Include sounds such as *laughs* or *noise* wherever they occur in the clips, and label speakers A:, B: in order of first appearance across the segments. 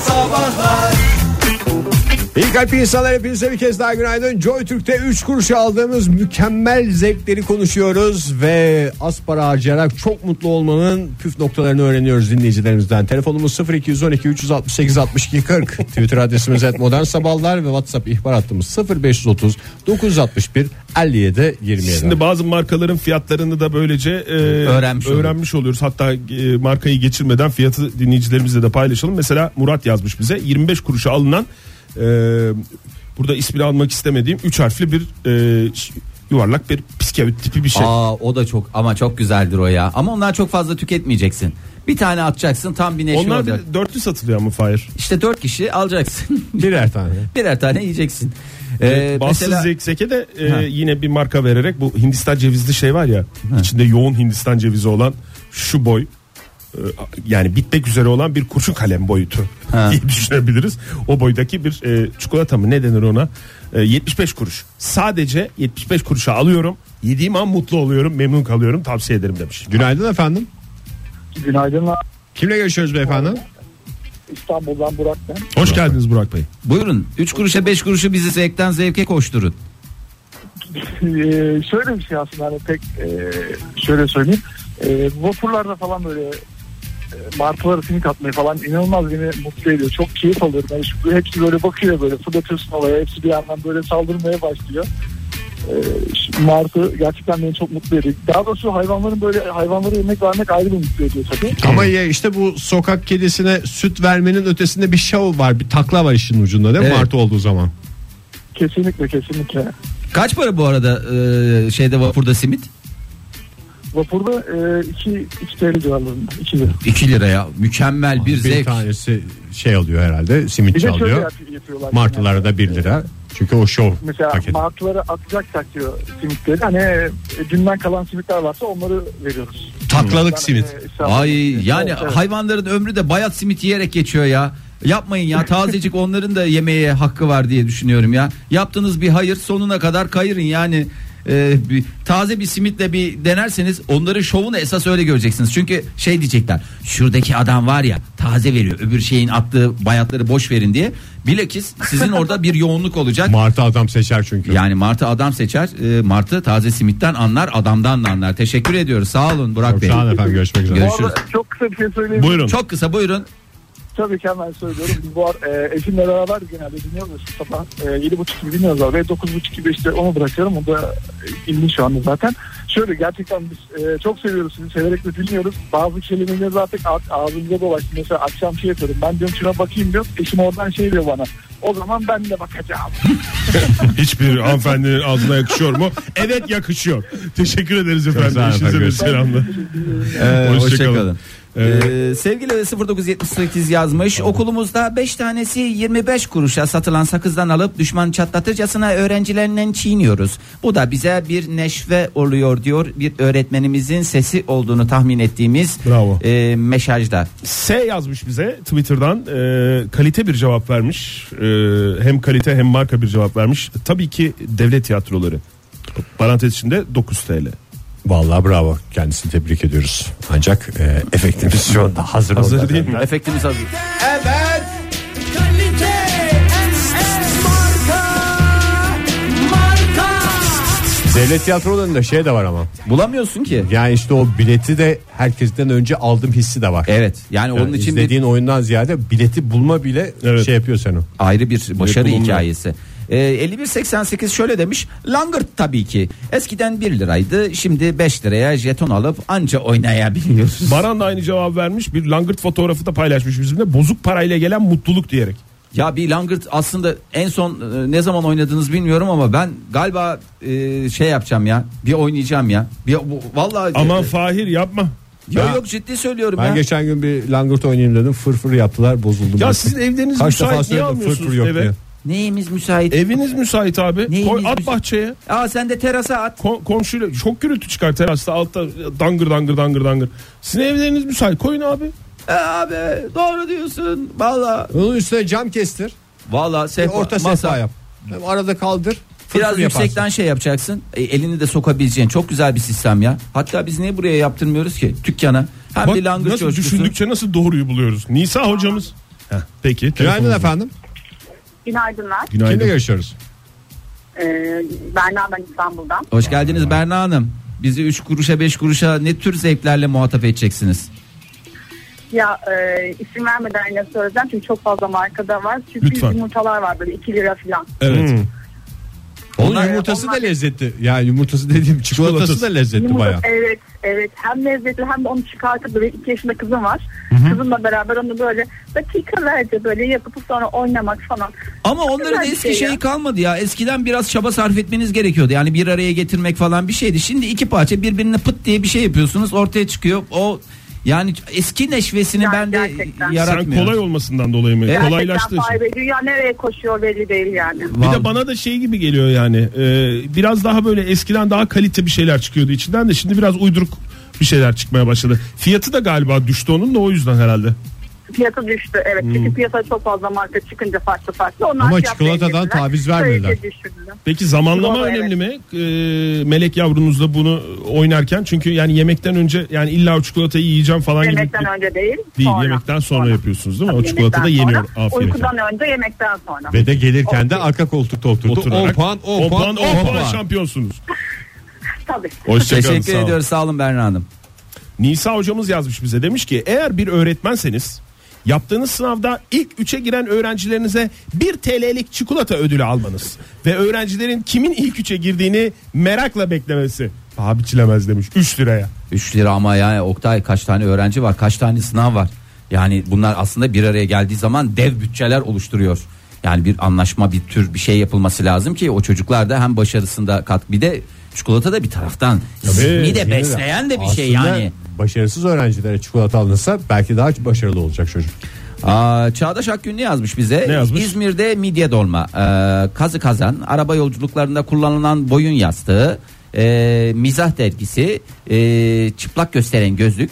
A: Sabahlar
B: İyi kalp insanlar hepinize bir kez daha günaydın. Joy Türk'te 3 kuruş aldığımız mükemmel zevkleri konuşuyoruz ve az para harcayarak çok mutlu olmanın püf noktalarını öğreniyoruz dinleyicilerimizden. Telefonumuz 0212 368 62 *laughs* 40. Twitter adresimiz et modern sabahlar ve WhatsApp ihbar hattımız 0530 961 57 27.
C: Şimdi bazı markaların fiyatlarını da böylece e,
D: Öğrenmiş
C: öğrenmiş oluyoruz. Hatta e, markayı geçirmeden fiyatı dinleyicilerimizle de paylaşalım. Mesela Murat yazmış bize 25 kuruşa alınan e, burada ismini almak istemediğim 3 harfli bir e, ş- yuvarlak bir piskevit tipi bir şey.
D: Aa o da çok ama çok güzeldir o ya. Ama ondan çok fazla tüketmeyeceksin. Bir tane atacaksın tam bir neşe
C: Onlar
D: olacak.
C: bir dörtlü satılıyor ama Fahir.
D: İşte dört kişi alacaksın. *laughs*
B: birer tane.
D: Birer tane yiyeceksin. Ee,
C: Bahtsız
D: mesela
C: Zek- Zeke de e,
D: Ha.
C: yine bir marka vererek bu Hindistan cevizli şey var ya içinde yoğun Hindistan cevizi olan şu boy e, yani bitmek üzere olan bir kurşun kalem boyutu
D: Ha.
C: diye *laughs* düşünebiliriz. O boydaki bir e, çikolata mı ne denir ona E, 75 kuruş. Sadece 75 kuruşa alıyorum. Yediğim an mutlu oluyorum, memnun kalıyorum. Tavsiye ederim demiş.
B: Günaydın efendim.
E: Günaydınlar
B: Kimle görüşüyoruz beyefendi?
E: İstanbul'dan Burak ben. *laughs*
C: Hoş geldiniz Burak Bey.
D: buyurun 3 kuruşa 5 kuruşu bizi zevkten zevke koşturun.
E: Ee, şöyle bir şey aslında hani pek e, şöyle söyleyeyim. E, vapurlarda falan böyle e, martıları simit atmayı falan inanılmaz beni mutlu ediyor. Çok keyif alıyorum. Yani şu, hepsi böyle bakıyor böyle fırlatıyorsun olaya. Hepsi bir yandan böyle saldırmaya başlıyor. E, şu martı gerçekten beni çok mutlu ediyor. Daha doğrusu hayvanların böyle hayvanlara yemek vermek ayrı bir mutlu ediyor tabii.
B: Ama ya işte bu sokak kedisine süt vermenin ötesinde bir şov var. Bir takla var işin ucunda değil mi?
D: Evet.
B: Martı olduğu zaman.
E: Kesinlikle kesinlikle.
D: Kaç para bu arada e, şeyde vapurda simit?
E: Vapurda 2 e, 2 TL civarlarında. 2 lira.
D: 2 liraya mükemmel bir
B: Bir
D: zevk.
B: tanesi şey alıyor herhalde
E: Bir
B: simitçi
E: de şöyle
B: alıyor.
E: yap- yapıyorlar.
B: Martılara da 1 lira. Çünkü o şov
E: Mesela
B: paketi.
E: martılara atacaksak diyor simitleri. Hani e, dünden kalan simitler varsa onları veriyoruz.
B: Taklalık
E: Yani,
B: simit.
E: e, işte-
D: Ay yani
E: Evet, evet.
D: hayvanların ömrü de bayat simit yiyerek geçiyor ya. Yapmayın
B: *laughs*
D: ya tazecik onların da yemeye hakkı var diye düşünüyorum ya. Yaptığınız bir hayır sonuna kadar kayırın yani. Ee, bir, taze bir simitle bir denerseniz onların şovunu esas öyle göreceksiniz. Çünkü şey diyecekler şuradaki adam var ya taze veriyor öbür şeyin attığı bayatları boş verin diye. Bilakis sizin orada bir
B: *laughs*
D: yoğunluk olacak.
B: Martı adam seçer çünkü.
D: Yani Martı adam seçer. Ee, Martı taze simitten anlar adamdan da anlar. Teşekkür ediyoruz sağ olun Burak
B: Çok
D: Bey.
B: sağ olun efendim görüşmek üzere.
D: Görüş-
E: Bu arada çok kısa bir şey söyleyeyim.
C: Buyurun.
D: Çok kısa buyurun.
E: Tabii ki hemen söylüyorum. Biz bu ar- e, eşimle beraber genelde dinliyoruz. Sabah e, 7.30 gibi dinliyoruz abi. 9.30 gibi işte onu bırakıyorum. O da e, indi şu anda zaten. Şöyle gerçekten biz e, çok seviyoruz sizi. Severek de dinliyoruz. Bazı kelimeler zaten a- ağzımıza dolaştı. Mesela akşam şey yapıyorum. Ben diyorum şuna bakayım diyorum. Eşim oradan şey diyor bana. O zaman ben de bakacağım.
C: Hiçbir hanımefendinin ağzına yakışıyor mu? Evet yakışıyor. Teşekkür ederiz efendim.
B: sağ olun
C: İşinize
B: efendim.
C: bir selamla.
D: Ee,
C: Hoşça
D: hoşça
C: kalın.
D: kalın. Ee, sevgili Eve 0978 yazmış okulumuzda 5 tanesi 25 kuruşa satılan sakızdan alıp düşman çatlatırcasına öğrencilerinden çiğniyoruz. Bu da bize bir neşve oluyor diyor bir öğretmenimizin sesi olduğunu tahmin ettiğimiz
C: Bravo.
D: e, mesajda.
C: S yazmış bize Twitter'dan e, kalite bir cevap vermiş E, hem kalite hem marka bir cevap vermiş tabii ki devlet tiyatroları parantez içinde 9 TL
B: Vallahi bravo. Kendisini tebrik ediyoruz. Ancak e, efektimiz şu anda hazır.
C: hazır
B: oldu.
C: değil mi?
D: Efektimiz hazır.
A: Kalite SS marka Marka
B: Devlet tiyatrolarında şey de var ama.
D: Bulamıyorsun ki.
B: Yani işte o bileti de herkesten önce aldım hissi de var.
D: Evet yani onun
B: Yani
D: için bir
B: izlediğin oyundan ziyade bileti bulma bile
C: Evet.
B: şey yapıyor seni.
D: ayrı bir başarı
C: bulunmuyor.
D: hikayesi. Ee, 51.88 şöyle demiş. Langırt tabii ki. Eskiden 1 liraydı. Şimdi 5 liraya jeton alıp anca oynayabiliyoruz.
C: Baran da aynı cevap vermiş bir langırt fotoğrafı da paylaşmış bizimle bozuk parayla gelen mutluluk diyerek
D: Ya bir langırt aslında en son e, ne zaman oynadınız bilmiyorum ama ben galiba e, şey yapacağım ya. Bir oynayacağım ya. Bir bu, vallahi
C: aman
D: E,
C: Fahir yapma
D: Yok yok ciddi söylüyorum
B: Ben
D: ya.
B: geçen gün bir langırt oynayayım dedim. Fırfır yaptılar bozuldum.
C: ya
B: Ben.
C: sizin evleriniz
B: Kaç defa
C: müsait niye
B: söyledim
C: almıyorsunuz
B: fırfır yok
C: eve?
B: diye.
D: Neyimiz müsait?
C: Eviniz müsait abi.
D: Neyiniz
C: Koy at
D: müsait?
C: bahçeye.
D: Aa sen de terasa at.
C: Ko- komşuyla çok gürültü çıkar terasta altta dangır dangır dangır dangır. Sizin evleriniz müsait. Koyun abi.
D: E, abi doğru diyorsun. Valla.
B: Onun üstüne cam kestir.
D: Valla
B: Bir
D: sehpa.
B: orta
D: masa.
B: sefa yap. Hem arada kaldır. fırfır
D: Biraz
B: yaparsın.
D: yüksekten şey yapacaksın. E, elini de sokabileceğin çok güzel bir sistem ya. Hatta biz niye buraya yaptırmıyoruz ki dükkana? Hem
C: Bak
D: bir langırt
C: nasıl
D: coşkusu.
C: düşündükçe nasıl doğruyu buluyoruz. Nisa hocamız Heh, peki.
B: Günaydın
C: telefonumuz var.
B: efendim.
F: Günaydınlar.
C: Günaydın.
B: Kimle görüşüyoruz?
F: Ee, Berna ben İstanbul'dan.
D: Hoş geldiniz Berna Hanım. Bizi 3 kuruşa 5 kuruşa ne tür zevklerle muhatap edeceksiniz?
F: Ya e, isim vermeden yine söyleyeceğim çünkü çok fazla markada var. Çünkü
C: Lütfen.
F: yumurtalar var böyle 2 lira falan.
C: Evet.
B: Hmm. Onun
F: Onlar-
B: yumurtası da
F: onlar-
B: lezzetli. Yani yumurtası
C: *laughs*
B: dediğim çikolatası da lezzetli
F: Yumurta-
B: baya.
F: Evet evet hem lezzetli hem de onu çıkartıp böyle 2 yaşında kızım var. Kızımla beraber onu böyle dakikalarca böyle yapıp sonra oynamak falan.
D: Ama onların
F: Güzel bir
D: eski
F: şey ya.
D: şeyi kalmadı ya. Eskiden biraz çaba sarf etmeniz gerekiyordu. Yani bir araya getirmek falan bir şeydi. Şimdi iki parça birbirine pıt diye bir şey yapıyorsunuz. Ortaya çıkıyor. O yani eski neşvesini
F: Yani
D: ben de
F: gerçekten.
C: Sen
D: yaratmıyor.
C: kolay olmasından dolayı mı?
D: Evet.
C: Kolaylaştığı için.
F: Gerçekten Dünya nereye koşuyor belli değil yani.
C: Bir
D: Vallahi.
C: de bana da şey gibi geliyor yani. e, biraz daha böyle eskiden daha kalite bir şeyler çıkıyordu içinden de şimdi biraz uyduruk bir şeyler çıkmaya başladı. Fiyatı da galiba düştü onun da o yüzden herhalde.
F: Piyasa düştü evet
C: Hmm.
F: çünkü piyasaya çok fazla marka çıkınca farklı farklı. Onlar
B: Ama
F: fiyat
B: çikolatadan
F: belirlediler.
B: taviz vermediler.
F: Böylece düşürdüler.
C: Peki zamanlama
F: Doğru,
C: önemli mi? E, melek yavrunuzla bunu oynarken çünkü yani yemekten önce yani illa o çikolatayı yiyeceğim falan gibi
F: Yemekten önce değil.
C: değil.
F: sonra.
C: Yemekten sonra, yapıyorsunuz değil mi? o
F: Tabii
C: çikolata da
F: yemekten
C: yeniyor.
F: sonra.
C: Afiyet. olsun.
F: Uykudan önce yemekten sonra.
B: Ve de gelirken de arka koltukta oturdu.
C: Oturarak
B: 10 puan, 10
C: on
B: puan, 10
C: on
B: puan.
C: puan şampiyonsunuz.
F: Tabii.
C: Hoşçakalın.
D: Teşekkür ediyoruz sağ olun Berna Hanım.
C: Nisa hocamız yazmış bize demiş ki eğer bir öğretmenseniz yaptığınız sınavda ilk 3'e giren öğrencilerinize 1 TL'lik çikolata ödülü almanız ve öğrencilerin kimin ilk 3'e girdiğini merakla beklemesi. Paha biçilemez demiş 3 liraya.
D: 3 lira ama ya Oktay kaç tane öğrenci var kaç tane sınav var. Yani bunlar aslında bir araya geldiği zaman dev bütçeler oluşturuyor. Yani bir anlaşma bir tür bir şey yapılması lazım ki o çocuklar da hem başarısında kat bir de çikolata da bir taraftan zihni de
B: Yine
D: besleyen de bir şey
B: Aslında
D: yani.
B: Başarısız öğrencilere çikolata alınsa belki daha başarılı olacak çocuk.
D: Aa, Çağdaş Akgün ne yazmış bize?
C: Ne yazmış?
D: İzmir'de midye dolma, ee, kazı kazan, araba yolculuklarında kullanılan boyun yastığı, ee, mizah dergisi, ee, çıplak gösteren gözlük.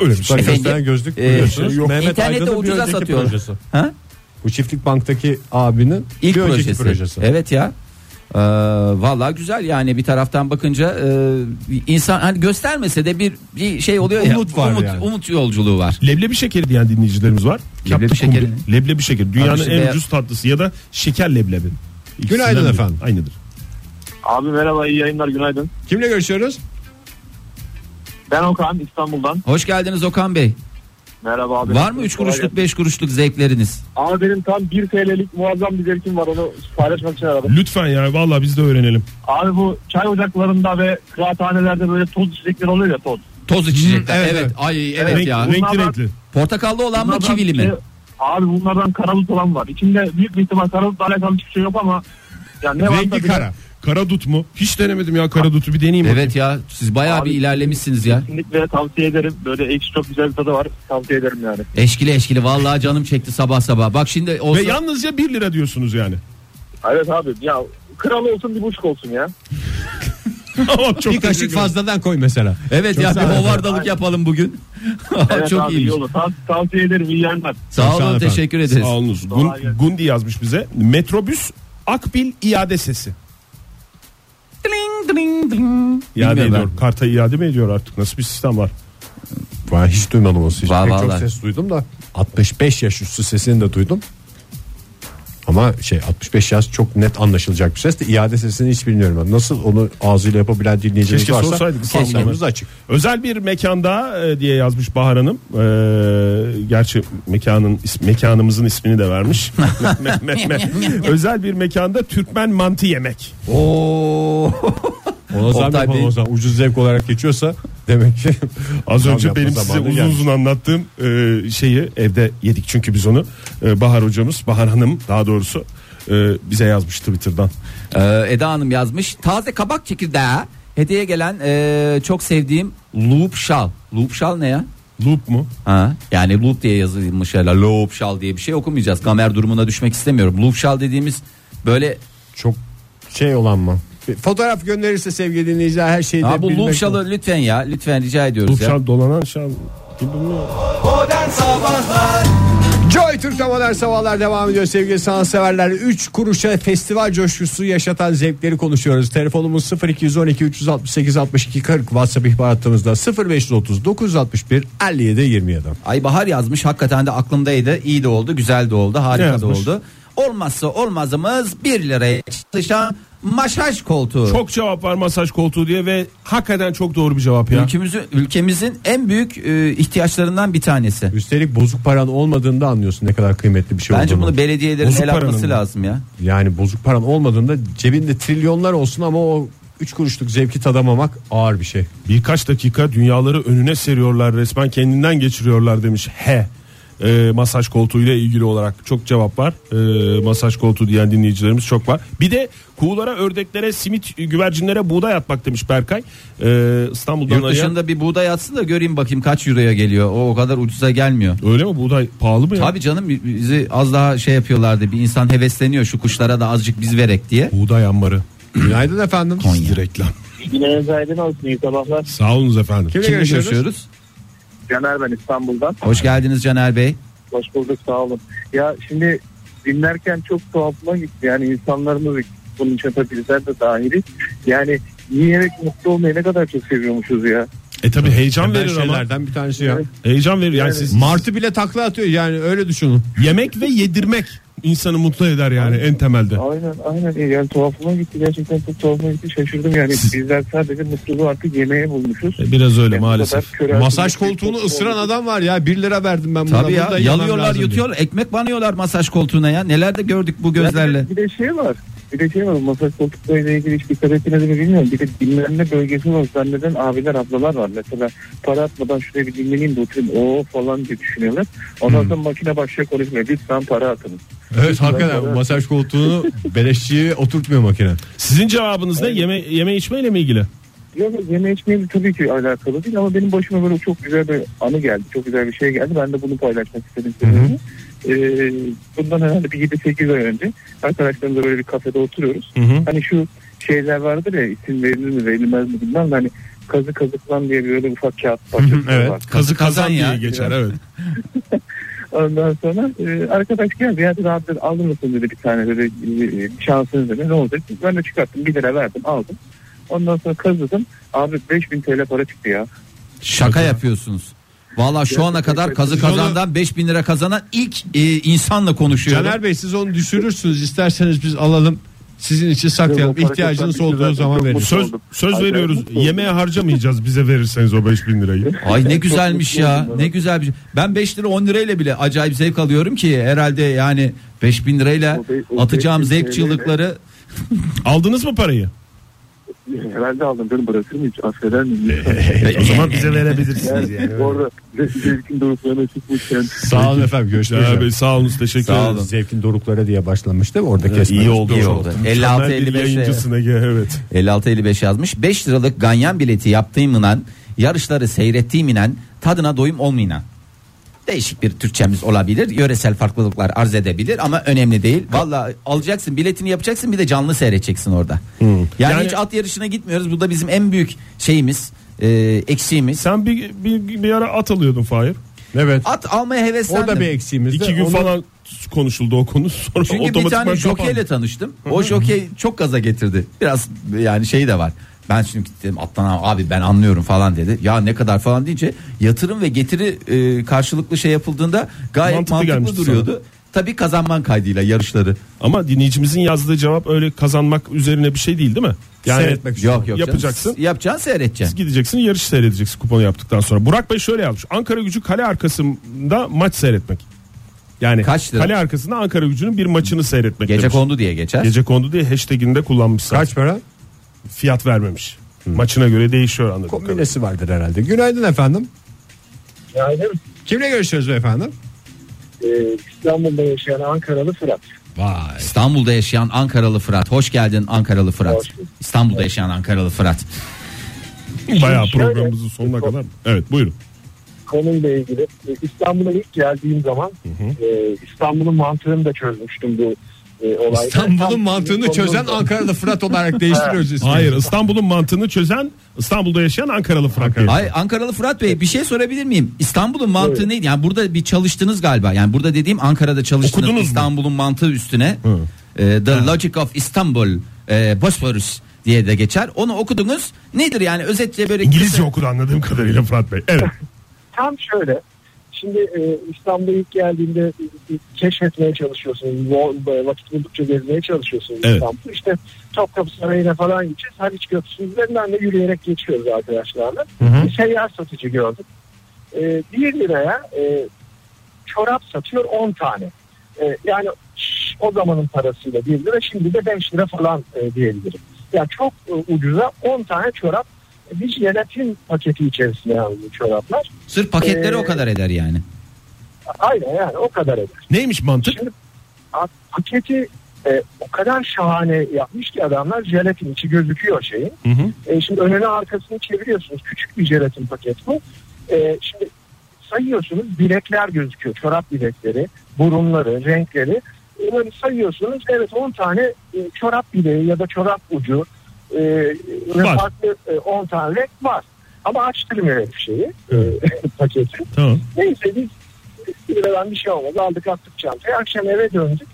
C: Öyle bir şey.
B: Bak
D: Efendim?
B: gösteren gözlük
D: Ee,
B: biliyorsunuz.
D: yok.
B: Mehmet
D: İnternette
B: Aydın'ın bir
D: ucuza
B: önceki
D: satıyor.
B: projesi.
D: Ha?
B: Bu çiftlik banktaki abinin
D: İlk
B: bir önceki
D: projesi. E,
B: projesi.
D: Evet ya. Ee, vallahi güzel yani bir taraftan bakınca e, insan hani göstermese de bir, bir şey oluyor ya.
B: Umut var yani.
D: umut yolculuğu var.
C: Leblebi şekeri diyen dinleyicilerimiz var.
D: Leblebi
C: Yaptık kumru-
D: şekeri
C: Leblebi şekeri. Dünyanın
D: Abi şu
C: en
D: beyaz-
C: ucuz tatlısı ya da şeker leblebi. İkisinden
B: Günaydın
C: biri.
B: efendim.
C: Aynıdır.
E: Abi merhaba iyi yayınlar günaydın.
B: Kimle görüşüyoruz?
E: Ben Okan İstanbul'dan.
D: Hoş geldiniz Okan Bey.
E: Merhaba abi.
D: Var mı 3
E: Kolay
D: kuruşluk
E: gelsin.
D: 5 kuruşluk zevkleriniz?
E: Abi benim tam 1 TL'lik muazzam bir zevkim var onu paylaşmak için aradım.
C: Lütfen ya vallahi biz de öğrenelim.
E: Abi bu çay ocaklarında ve kıraathanelerde böyle toz içecekler oluyor ya toz.
D: Toz içecekler.
B: evet,
D: evet,
B: evet.
D: Ay evet,
C: Renk-
D: ya.
C: renkli
E: Bunlar-
C: renkli.
D: Portakallı olan mı
E: Bunlardan
D: kivili mi?
E: işte- Abi bunlardan karavut olan var. İçinde büyük bir ihtimal karavutla alakalı hiçbir şey yok ama yani ne varsa
C: Rengi
E: bile-
C: kara. Karadut mu? Hiç denemedim ya karadutu bir deneyeyim. bakayım.
D: Evet ya siz bayağı
E: Abi-
D: bir ilerlemişsiniz ya.
E: Kesinlikle tavsiye ederim. Böyle ekşi çok güzel bir tadı var. Tavsiye ederim yani.
D: Eşkili eşkili vallahi canım çekti sabah sabah. Bak şimdi olsa...
C: Ve yalnızca 1 lira diyorsunuz yani. *laughs*
E: Evet abi ya kralı olsun bir buçuk olsun ya.
C: Ama çok
B: bir kaşık
C: teşekkür ederim.
B: fazladan koy mesela.
D: Evet ya bir
B: sağ olun.
D: hovardalık yapalım bugün. *laughs*
E: Evet
D: Çok
E: abi, iyi
D: iyiymiş.
E: olur. Tav- tavsiye ederim iyi yayınlar.
D: Sağ
B: Sağ olun
D: olun
B: efendim.
D: teşekkür ederiz.
C: Sağ olunuz.
E: Kolay
C: Gun-
E: gelsin.
C: Gundi yazmış bize. Metrobüs Akbil iade sesi.
D: Dling, dling, dling.
C: İade
D: Bilmiyorum
C: ediyor. Karta iade mi ediyor artık? Nasıl bir sistem var?
B: Ben hiç duymadım o sesi.
D: Vallahi.
B: Pek çok ses duydum da 65 yaş üstü sesini de duydum. Ama şey 65 yaş çok net anlaşılacak bir ses de iade sesini hiç bilmiyorum ben. Nasıl onu ağzıyla yapabilen dinleyicimiz
C: Keşke
B: varsa
C: sorsaydık.
B: telefonlarımız da açık.
C: Özel bir mekanda e, diye yazmış Bahar Hanım. Ee, gerçi mekanın is- mekanımızın ismini de vermiş. Me- me- me- Özel bir mekanda Türkmen mantı yemek.
D: ben. Oo. *laughs*
B: Ona zam
D: Oktay
B: yapalım
D: Bey-
B: o zaman. Ucuz zevk olarak geçiyorsa demek ki
C: Az
B: zam
C: önce
B: yapma
C: benim size
B: zamanı
C: uzun
B: gelmiş.
C: uzun anlattığım e, şeyi evde yedik çünkü biz onu. E, Bahar hocamız, Bahar Hanım daha doğrusu e, bize yazmış Twitter'dan.
D: Ee, Eda Hanım yazmış. Taze kabak çekirdeği hediye gelen e, çok sevdiğim loop şal. Loop şal ne ya?
C: Loop mu?
D: Ha, yani loop diye yazılmış herhalde. Loop şal diye bir şey okumayacağız. Kamer durumuna düşmek istemiyorum. Loop şal dediğimiz böyle
B: çok şey olan mı? Bir Fotoğraf gönderirse sevgili dinleyiciler her şeyi de
D: Ha, bu
B: bilmek-
D: loop şalı lütfen ya. Lütfen rica ediyoruz
C: Loop
D: ya.
C: şal dolanan şal gibi mi?
A: Modern Sabahlar
B: Joy Türk'te modern sabahlar devam ediyor sevgili sanatseverler. 3 kuruşa festival coşkusu yaşatan zevkleri konuşuyoruz. Telefonumuz 0212 368 62 40 WhatsApp ihbar hattımızda 0530 961 57 27.
D: Ay Bahar yazmış hakikaten de aklımdaydı. İyi de oldu, güzel de oldu,
C: Ne
D: harika da
C: yazmış?
D: oldu. Olmazsa olmazımız 1 liraya çalışan maşaj koltuğu.
C: Çok cevap var masaj koltuğu diye ve hakikaten çok doğru bir cevap ya.
D: Ülkemizi, ülkemizin en büyük e, ihtiyaçlarından bir tanesi.
B: Üstelik bozuk paran olmadığında anlıyorsun ne kadar kıymetli bir şey
D: Bence
B: olduğunu.
D: bunu belediyelerin
C: Bozuk
D: el atması
C: paranın.
D: lazım ya.
B: Yani bozuk paran olmadığında cebinde trilyonlar olsun ama o 3 kuruşluk zevki tadamamak ağır bir şey.
C: Birkaç dakika dünyaları önüne seriyorlar resmen kendinden geçiriyorlar demiş. He. Ee, masaj koltuğu ile ilgili olarak çok cevap var. Ee, masaj koltuğu diyen dinleyicilerimiz çok var. Bir de kuğulara, ördeklere, simit güvercinlere buğday atmak demiş Berkay. Ee, İstanbul'dan
D: Yurt
C: arayan.
D: dışında bir buğday atsın da göreyim bakayım kaç euroya geliyor. O o kadar ucuza gelmiyor.
C: Öyle mi buğday pahalı mı ya?
D: Tabii canım bizi az daha şey yapıyorlardı. Bir insan hevesleniyor şu kuşlara da azıcık biz verek diye.
C: Buğday ambarı.
B: Günaydın efendim.
C: Sizi reklam.
E: Gününüz aydın olsun iyi sabahlar.
C: Sağ olunuz efendim.
B: Kimle
D: Kimle
B: görüşüyoruz?
D: görüşüyoruz?
E: Caner ben İstanbul'dan.
D: Hoş geldiniz Caner Bey.
E: Hoş bulduk sağ olun. Ya şimdi dinlerken çok tuhafıma gitti. Yani insanlarımız bunun için tabii bizler de dahiliz. Yani yiyerek mutlu olmayı ne kadar çok seviyormuşuz ya.
C: E tabi heyecan
B: Temel
C: verir ama.
B: şeylerden bir tanesi ya.
C: Heyecan verir yani siz
B: Martı bile takla atıyor yani öyle düşünün.
C: yemek ve yedirmek insanı mutlu eder yani en temelde.
E: Aynen aynen yani tuhafıma gitti. Gerçekten çok tuhafıma gitti. Şaşırdım yani. Bizler sadece mutluluğu artık yemeğe bulmuşuz.
C: E, Biraz öyle
E: Yani bu
C: maalesef.
E: kadar köreltilmiş
B: Masaj
E: bir şey
B: koltuğunu
E: toplum
B: ısıran
E: olduk.
B: adam var ya 1 lira verdim ben buna.
D: Tabii
B: bunu
D: ya
B: da yemem
D: yalıyorlar
B: lazım diyor.
D: yutuyorlar ekmek banıyorlar masaj koltuğuna ya neler de gördük bu gözlerle.
E: Yani bir de şey var. Bir de şey var. Masaj koltuklarıyla ilgili hiç dikkat ettiniz mi bilmiyorum. Bir de dinlenme bölgesi var. Zanneden abiler ablalar var. Mesela para atmadan şuraya bir dinleneyim de oturayım. Oo falan diye düşünüyorlar. Ondan sonra makine başlıyor konuşmaya. Lütfen para atın.
B: Evet hakikaten masaj koltuğunu beleşçiye oturtmuyor makine.
C: Sizin cevabınız ne? Yeme, yeme içmeyle mi ilgili?
E: Yok yeme içmeyle tabii ki alakalı değil ama benim başıma böyle çok güzel bir anı geldi. Çok güzel bir şey geldi. Ben de bunu paylaşmak istedim sizinle. Ee, bundan herhalde bir 7-8 ay önce arkadaşlarımla böyle bir kafede oturuyoruz. Hani şu şeyler vardır ya isim verilir mi verilmez mi bilmem de hani kazı kazıklan diye böyle ufak kağıt parçası var.
D: kazan
C: Kazı kazan
D: ya.
C: diye geçer evet.
E: Ondan sonra e, arkadaş geldi ya dedi abi dedi, alır mısın dedi bir tane dedi e, şansınız dedi ne oldu dedi. Ben de çıkarttım bir lira verdim aldım. Ondan sonra kazıdım abi 5000 TL para çıktı ya.
D: Şaka yapıyorsunuz. Valla şu ana kadar kazı kazandan 5000 lira kazanan ilk e, insanla konuşuyorum.
B: Caner Bey siz onu düşürürsünüz isterseniz biz alalım. Sizin için
E: Yok,
B: saklayalım.
E: o para
B: İhtiyacınız
E: kazanmak
B: olduğu
E: için
B: zaman
E: zaten
B: verin.
E: çok
C: Söz,
E: Oldum.
C: söz
E: Acayip
C: veriyoruz.
E: mutlu oldum.
C: Yemeğe harcamayacağız bize verirseniz o 5000 lirayı.
D: Ay ne
E: Çok
D: güzelmiş
E: mutlu
D: ya
E: oldum
D: ne
E: ben.
D: güzel bir Ben 5 lira 10 lirayla bile acayip zevk alıyorum ki herhalde yani 5000 lirayla
E: O be- o
D: atacağım
E: 5000
D: zevk
E: TL 'le-
D: çığlıkları
C: Aldınız mı parayı?
E: Herhalde aldım canım bırakır mı hiç affeder miyim?
C: o zaman bize verebilirsiniz
E: yani, bu arada ze- zevkin doruklarına çıkmışken
B: Sağ olun efendim görüşmek
C: Caner
B: üzere.
C: Bey sağ olunuz teşekkür
D: Sağ
C: ederiz.
D: olun.
B: Zevkin doruklara diye başlamıştı orada
C: Evet,
B: kesmez.
C: iyi oldu.
D: İyi oldu. 56, 55 'e.
C: Yayıncısına gel evet.
D: 56-55 yazmış. 5 liralık ganyan bileti yaptığım inan, yarışları seyrettiğim inan, tadına doyum olmayına. Değişik bir Türkçemiz olabilir. Yöresel farklılıklar arz edebilir ama önemli değil. Valla alacaksın biletini yapacaksın bir de canlı seyredeceksin orada. Yani,
C: Yani-
D: hiç at yarışına gitmiyoruz. Bu da bizim en büyük şeyimiz, e, eksiğimiz.
C: Sen bir, bir, bir ara at alıyordun Fahir.
B: Evet.
D: At almaya heveslendim.
B: O da bir eksiğimiz.
C: İki gün falan konuşuldu o konu. *laughs* Sonra
D: Çünkü bir tane
C: otomatikman kapandı.
D: jokeyle tanıştım. O jokey çok gaza getirdi. Biraz yani şey de var. Ben şimdi dedim atlan abi ben anlıyorum falan dedi. Ya ne kadar falan deyince yatırım ve getiri e, karşılıklı şey yapıldığında gayet
C: Mantıklı
D: mantıklı,
C: gelmişti
D: duruyordu. Tabii kazanman kaydıyla yarışları.
C: Ama dinleyicimizin yazdığı cevap öyle kazanmak üzerine bir şey değil değil mi?
B: Seyretmek üzere.
D: Yok yok. canım.
C: Yapacaksın.
D: Yapacaksın seyredeceksin.
C: gideceksin yarış seyredeceksin kuponu yaptıktan sonra. Burak Bey şöyle yapmış. Ankara gücü kale arkasında maç seyretmek. Yani
D: Kaç lira?
C: kale arkasında Ankara gücünün bir maçını seyretmek
D: Gece
C: demiş.
D: kondu diye geçer.
C: Gece kondu diye hashtaginde kullanmış. zaten.
B: Kaç para?
C: Fiyat vermemiş. Maçına göre değişiyor anladım.
B: Kombinesi vardır herhalde. Günaydın efendim.
G: Günaydın.
B: Kimle görüşüyoruz efendim?
G: Ee, İstanbul'da yaşayan Ankaralı Fırat.
B: Vay.
D: İstanbul'da yaşayan Ankaralı Fırat. Hoş geldin Ankaralı Fırat.
G: Hoş bulduk.
D: İstanbul'da yaşayan Ankaralı Fırat. şey
C: Bayağı
G: Şöyle-
C: programımızın sonuna kadar. mı? Evet buyurun.
G: konuyla ilgili e, İstanbul'a ilk geldiğim zaman e, İstanbul'un mantığını da çözmüştüm bu
E: e, olayda.
B: İstanbul'un
E: Tam
B: mantığını
E: bizim
B: çözen
E: konumuzda.
B: Ankara'da Fırat olarak değiştiriyoruz ismini.
C: Hayır İstanbul'un mantığını çözen İstanbul'da yaşayan Ankaralı Frank. Bey.
D: Ay Ankaralı Fırat Bey bir şey sorabilir miyim? İstanbul'un mantığı neydi? Yani burada bir çalıştınız galiba. Yani burada dediğim Ankara'da çalıştınız
C: Okudunuz mu?
D: İstanbul'un mantığı üstüne. Ee, The Logic of Istanbul e, Bosphorus diye de geçer. Onu okudunuz. Nedir yani özetle böyle
C: İngilizce okudu anladığım kadarıyla Fırat Bey.
D: *laughs*
C: Evet.
E: Tam şöyle. Şimdi e, İstanbul'a ilk geldiğinde e, e, keşfetmeye çalışıyorsunuz. Yo- e, Vakit buldukça gezmeye çalışıyorsunuz
C: Evet.
E: İstanbul'u. İşte Topkapı Sarayı'na falan gideceğiz. Haliç Köprüsü'nün üzerinden de yürüyerek geçiyoruz arkadaşlarla. Bir seyyar satıcı gördük. E, 1 liraya e, çorap satıyor 10 tane. E, yani şş, o zamanın parasıyla 1 lira şimdi de 5 lira falan e, diyebilirim. Yani çok e, ucuza 10 tane çorap bir jelatin paketi içerisinde yani bu çoraplar.
D: sırf paketleri
E: Ee,
D: o kadar eder yani.
E: Aynen yani o kadar eder.
C: Neymiş mantık?
E: Şimdi a- paketi e, o kadar şahane yapmış ki adamlar jelatin içi gözüküyor şeyin.
C: Hı hı.
E: E, şimdi önüne arkasını çeviriyorsunuz. Küçük bir jelatin paket bu. E, şimdi sayıyorsunuz bilekler gözüküyor. Çorap bilekleri, burunları, renkleri. Bunları sayıyorsunuz. Evet 10 tane e, çorap bileği ya da çorap ucu e, ve
C: Var.
E: farklı e, 10 tane renk var. Ama açtırmıyor herif şeyi e, *laughs* paketi.
C: Tamam.
E: Neyse biz liradan bir şey olmadı. Aldık attık çantayı. Akşam eve döndük.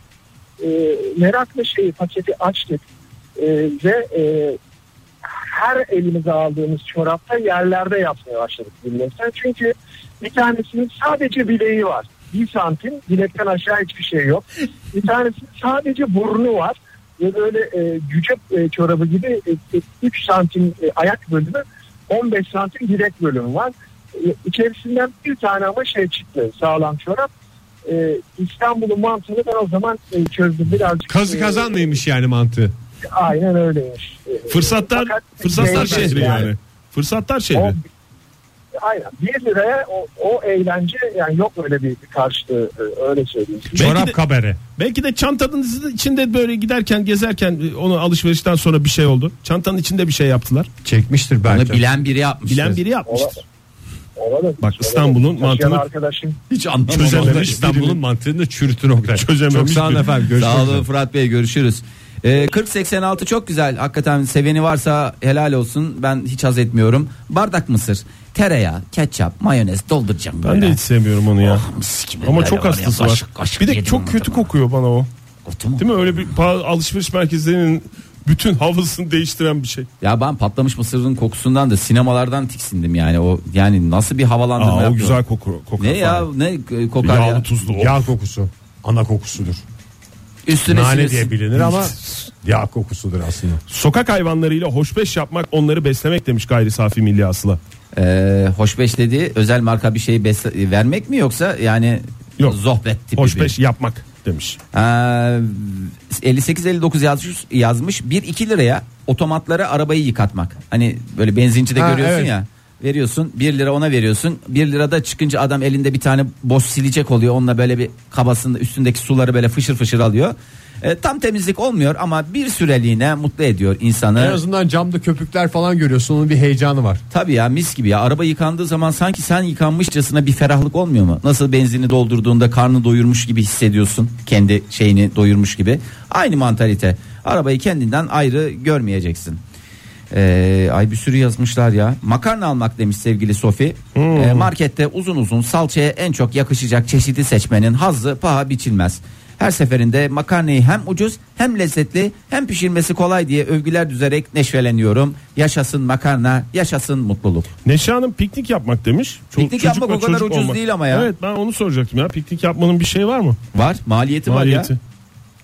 E: Ee, merakla şeyi paketi açtık. Ee, ve e, her elimize aldığımız çorapta yerlerde yapmaya başladık bilmekten. Çünkü bir tanesinin sadece bileği var. Bir santim bilekten aşağı hiçbir şey yok. Bir tanesinin sadece burnu var. Ve böyle e, cüce e, çorabı gibi 3 santim e, ayak bölümü 15 santim bilek bölümü var. E, içerisinden bir tane ama şey çıktı sağlam çorap. E, İstanbul'un mantığını ben o zaman e, çözdüm birazcık.
B: Kazı
E: e,
B: kazan mıymış yani mantığı?
E: Aynen öyleymiş. E,
C: Fırsatlar
E: fakat- şey-
C: fırsatlar şey-
E: Neyse,
C: şehri yani. Fırsatlar şehri.
E: O- Aynen. 1 liraya o, o eğlence yani yok öyle bir karşılığı e, öyle söyleyeyim. size.
C: Belki
B: Çorap
C: de-
B: kabere.
C: Belki de çantanızın içinde böyle giderken gezerken e, onu alışverişten sonra bir şey oldu. Çantanın içinde bir şey yaptılar.
B: Çekmiştir
D: Onu
B: belki.
D: bilen biri yapmış.
C: Bilen biri
E: Ola-
C: yapmıştır.
E: Olabilir.
C: Bak,
E: Olabilir.
C: İstanbul'un
E: Taşıyan
C: mantığını-
E: arkadaşım
D: hiç anlamamış.
B: Çözememiş
C: Çözememiş
B: İstanbul'un
C: birini.
B: mantığını çürütün Oktay.
C: Çözememiş
B: Çok sağ olun
C: birini.
B: efendim. Görüşmek
D: Sağ olun
B: üzere.
D: Fırat Bey görüşürüz. Ee, 4086 çok güzel. Hakikaten seveni varsa helal olsun. Ben hiç haz etmiyorum. Bardak mısır, tereyağı, ketçap, mayonez dolduracağım
C: Ben
D: böyle. Ah,
C: de hiç sevmiyorum onu ya.
D: Mis gibi
C: Ama
D: böyle
C: çok
D: var ya,
C: hastası var.
D: kaşık kaşık
C: Bir de
D: yedim
C: çok
D: onu
C: kötü
D: tamam.
C: kokuyor bana o.
D: Kötü mü?
C: Değil mi? Öyle bir pa- alışveriş merkezlerinin bütün havasını değiştiren bir şey.
D: Ya ben patlamış mısırın kokusundan da sinemalardan tiksindim yani o yani nasıl bir havalandırma
C: Aa, o
D: yapıyor?
C: güzel koku, koku.
D: Ne ya ne e, kokar
C: Yağlı
D: ya?
C: tuzlu. o.
B: Yağ kokusu. Ana kokusudur.
D: Üstüne
B: Nane diye
D: sinirsin.
B: bilinir ama yağ kokusudur aslında.
C: Sokak hayvanlarıyla hoşbeş yapmak onları beslemek demiş gayri safi milli aslı.
D: Ee, hoşbeş dediği özel marka bir şey besle- vermek mi yoksa yani
C: Yok.
D: zohbet tipi bir-
C: Hoşbeş yapmak demiş.
D: Ee, 58-59 yazmış, yazmış 1-2 liraya otomatlara arabayı yıkatmak. Hani böyle benzinci de
B: Ha,
D: görüyorsun
B: evet.
D: ya veriyorsun 1 lira ona veriyorsun 1 lira da çıkınca adam elinde bir tane boş silecek oluyor onunla böyle bir kabasının üstündeki suları böyle fışır fışır alıyor. Ee, tam temizlik olmuyor ama bir süreliğine mutlu ediyor insanı.
B: En azından camda köpükler falan görüyorsun. Onun bir heyecanı var.
D: Tabii ya mis gibi ya araba yıkandığı zaman sanki sen yıkanmışçasına bir ferahlık olmuyor mu? Nasıl benzini doldurduğunda karnı doyurmuş gibi hissediyorsun. Kendi şeyini doyurmuş gibi. Aynı mantalite. Arabayı kendinden ayrı görmeyeceksin. Ee, ay bir sürü yazmışlar ya. Makarna almak demiş sevgili Sofi. Ee, markette uzun uzun salçaya en çok yakışacak çeşidi seçmenin hazzı paha biçilmez. Her seferinde makarnayı hem ucuz hem lezzetli hem pişirmesi kolay diye övgüler düzerek neşveleniyorum. Yaşasın makarna, yaşasın mutluluk.
C: Neşe Hanım piknik yapmak demiş. Ço-
D: Piknik
C: çocuk
D: yapmak
C: ve
D: o kadar
C: çocuk
D: ucuz değil ama ya.
C: Evet ben onu soracaktım ya. Piknik yapmanın bir şey var mı?
D: Var, maliyeti, var
C: Maliyeti.
D: ya.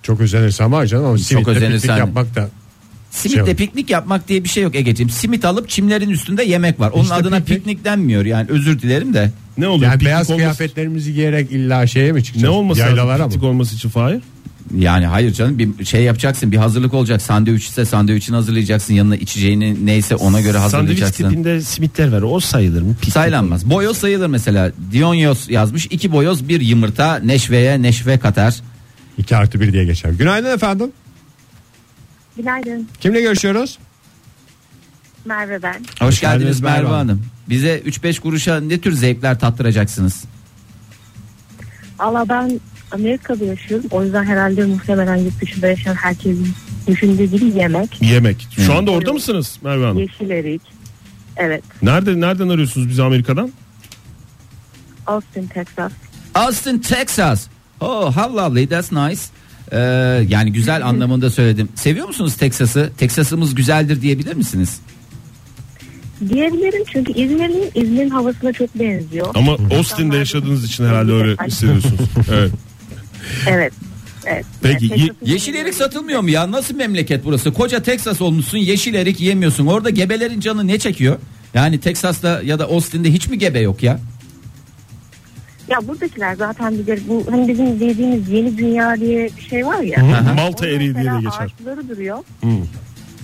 B: Çok özenirsen var canım ama simitle piknik
D: özenirsen.
B: yapmak da.
D: Simitle
B: Şey-
D: piknik yapmak diye bir şey yok Egeciğim. Simit alıp çimlerin üstünde yemek var. Onun
B: İşte
D: adına
B: piknik-
D: piknik. denmiyor yani özür dilerim de.
C: Ne oluyor?
B: Yani
C: Piknik
B: beyaz
C: olması-
B: kıyafetlerimizi giyerek illa şeye mi çıkacağız?
C: Ne olması
B: Yaylalara
C: lazım
B: mı?
C: piknik olması için Fahir?
D: Yani hayır canım bir şey yapacaksın bir hazırlık olacak sandviç ise sandviçini hazırlayacaksın yanına içeceğini neyse ona göre hazırlayacaksın.
C: simitler var o sayılır mı?
D: Saylanmaz. Boyoz sayılır mesela. Dionyos yazmış. iki boyoz bir yumurta neşveye neşve katar.
B: 2 artı 1 diye geçer. Günaydın efendim.
F: Günaydın
B: Kimle görüşüyoruz?
F: Merve ben.
D: Hoş,
B: Hoş
D: geldiniz,
B: geldiniz
D: Merve
B: Merve
D: Hanım. Bize 3-5 kuruşa ne tür zevkler tattıracaksınız?
F: Valla ben
H: Amerika'da yaşıyorum. O yüzden herhalde muhtemelen yurt dışında yaşayan herkesin düşündüğü gibi yemek,
C: Yemek. Şu anda orada mısınız Merve Hanım?
H: yeşil erik. Evet.
C: Nerede nereden arıyorsunuz bizi Amerika'dan?
H: Austin, Texas.
D: Austin, Texas. Oh, how lovely. That's nice. Ee, yani
C: *laughs*
D: güzel anlamında söyledim. Seviyor musunuz Texas'ı? Texas'ımız güzeldir diyebilir misiniz?
H: Diyebilirim çünkü İzmir'in İzmir'in havasına çok benziyor.
C: Ama Austin'de yaşadığınız için herhalde öyle *laughs* hissediyorsunuz. Evet.
H: Evet. Evet.
C: Peki,
H: Evet,
C: ye-
H: Texas'ın-
D: Yeşil erik satılmıyor mu ya? Nasıl memleket burası? Koca Texas olmuşsun, yeşil erik yemiyorsun. Orada gebelerin canı ne çekiyor? Yani Texas'ta ya da Austin'de hiç mi gebe yok ya?
H: Ya buradakiler zaten bilir bu hani bizim dediğimiz yeni dünya diye bir şey var ya.
C: Hı, Malta
H: Onun
C: eriği diye de
H: mesela
C: geçer.
H: Ağaçları duruyor.
C: Hı.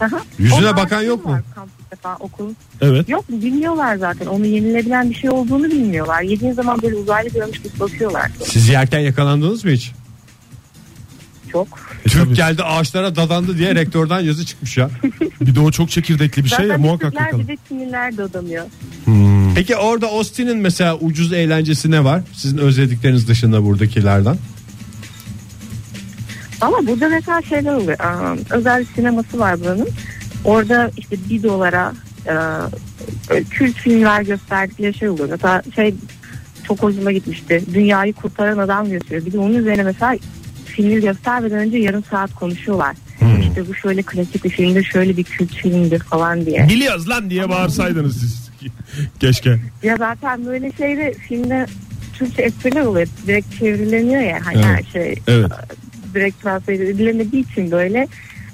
H: Aha.
B: Yüzüne
H: Onun
B: bakan
H: ağaçları
B: yok mu?
H: var kampüste falan, okul.
C: Evet.
H: Yok bilmiyorlar zaten. Onu yenilebilen bir şey olduğunu bilmiyorlar. Yediğin zaman böyle uzaylı görmüş gibi bakıyorlar.
B: Siz yerken yakalandınız mı hiç?
H: Çok.
C: E,
B: Türk geldi ağaçlara dadandı diye rektörden yazı çıkmış ya.
C: *laughs* Bir de o çok çekirdekli bir şey ya
H: zaten
C: muhakkak
H: Türkler
C: yakalım.
H: bir de Çinliler de adamıyor.
B: Peki orada Austin'in mesela ucuz eğlencesi ne var? Sizin özledikleriniz dışında buradakilerden.
H: Ama burada mesela şeyler oluyor. Aa, özel sineması var buranın. Orada işte bir dolara e, e, kült filmler gösterdikleri şey oluyor. Mesela şey çok hoşuma gitmişti. Dünyayı kurtaran adam gösteriyor. Bir de onun üzerine mesela filmi göstermeden önce yarım saat konuşuyorlar.
C: Hmm.
H: İşte bu şöyle klasik bir filmdir, şöyle bir kült filmdir falan diye.
C: Biliyoruz lan diye bağırsaydınız siz. *laughs* Keşke.
H: Ya zaten böyle şeyde filmde Türkçe espriler oluyor. Direkt çevrileniyor ya hani
C: Evet.
H: her şey
C: Evet.
H: direkt transfer edilemediği için böyle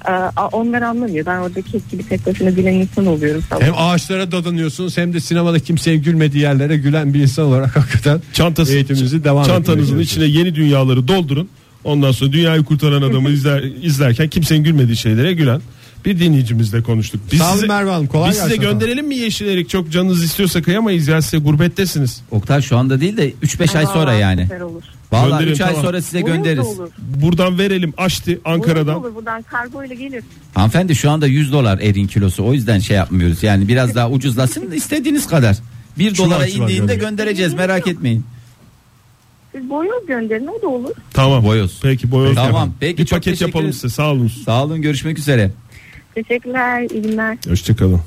H: e, a- onlar anlamıyor. Ben oradaki ekibi tek başına gülen insan oluyorum falan.
B: Hem ağaçlara dadanıyorsunuz hem de sinemada kimseye gülmediği yerlere gülen bir insan olarak hakikaten
C: Çantası,
B: eğitimimizi devam
C: çantanızın
B: ettirmeye
C: içine yeni dünyaları doldurun. Ondan sonra dünyayı kurtaran *laughs* adamı izler, izlerken kimsenin gülmediği şeylere gülen bir dinleyicimizle konuştuk. Biz
B: Sağ olun
C: size,
B: Merve Hanım, kolay
C: biz size
B: gelsin efendim.
C: gönderelim mi yeşil erik? Çok canınız istiyorsa kıyamayız ya size gurbettesiniz.
D: Oktay şu anda değil de 3-5 ay
H: Aa,
D: sonra yani.
H: Süper olur.
D: Vallahi
C: Gönderin,
D: 3 ay
C: tamam.
D: sonra size
H: Olur da
D: göndeririz.
H: Olur.
C: Buradan verelim açtı
H: Ankara'dan.
C: Ankara'dan.
H: Olur buradan kargo ile gelir.
D: Hanımefendi şu anda 100 dolar erin kilosu. O yüzden şey yapmıyoruz. Yani biraz daha ucuzlasın istediğiniz kadar. 1
C: Şubat,
D: dolara
C: Şubat
D: indiğinde
C: gönderin.
D: göndereceğiz merak etmeyin.
H: Siz boyoz gönderin o da olur.
C: Tamam.
D: Boyoz.
C: Peki boyoz.
D: Tamam,
C: yapalım.
D: peki,
C: bir
D: çok
C: paket
D: teşekkür
C: yapalım
D: ederim.
C: size. Sağ olun.
D: Sağ olun görüşmek üzere.
H: Teşekkürler, iyi günler.
C: Hoşçakalın.
B: çalışıyoruz.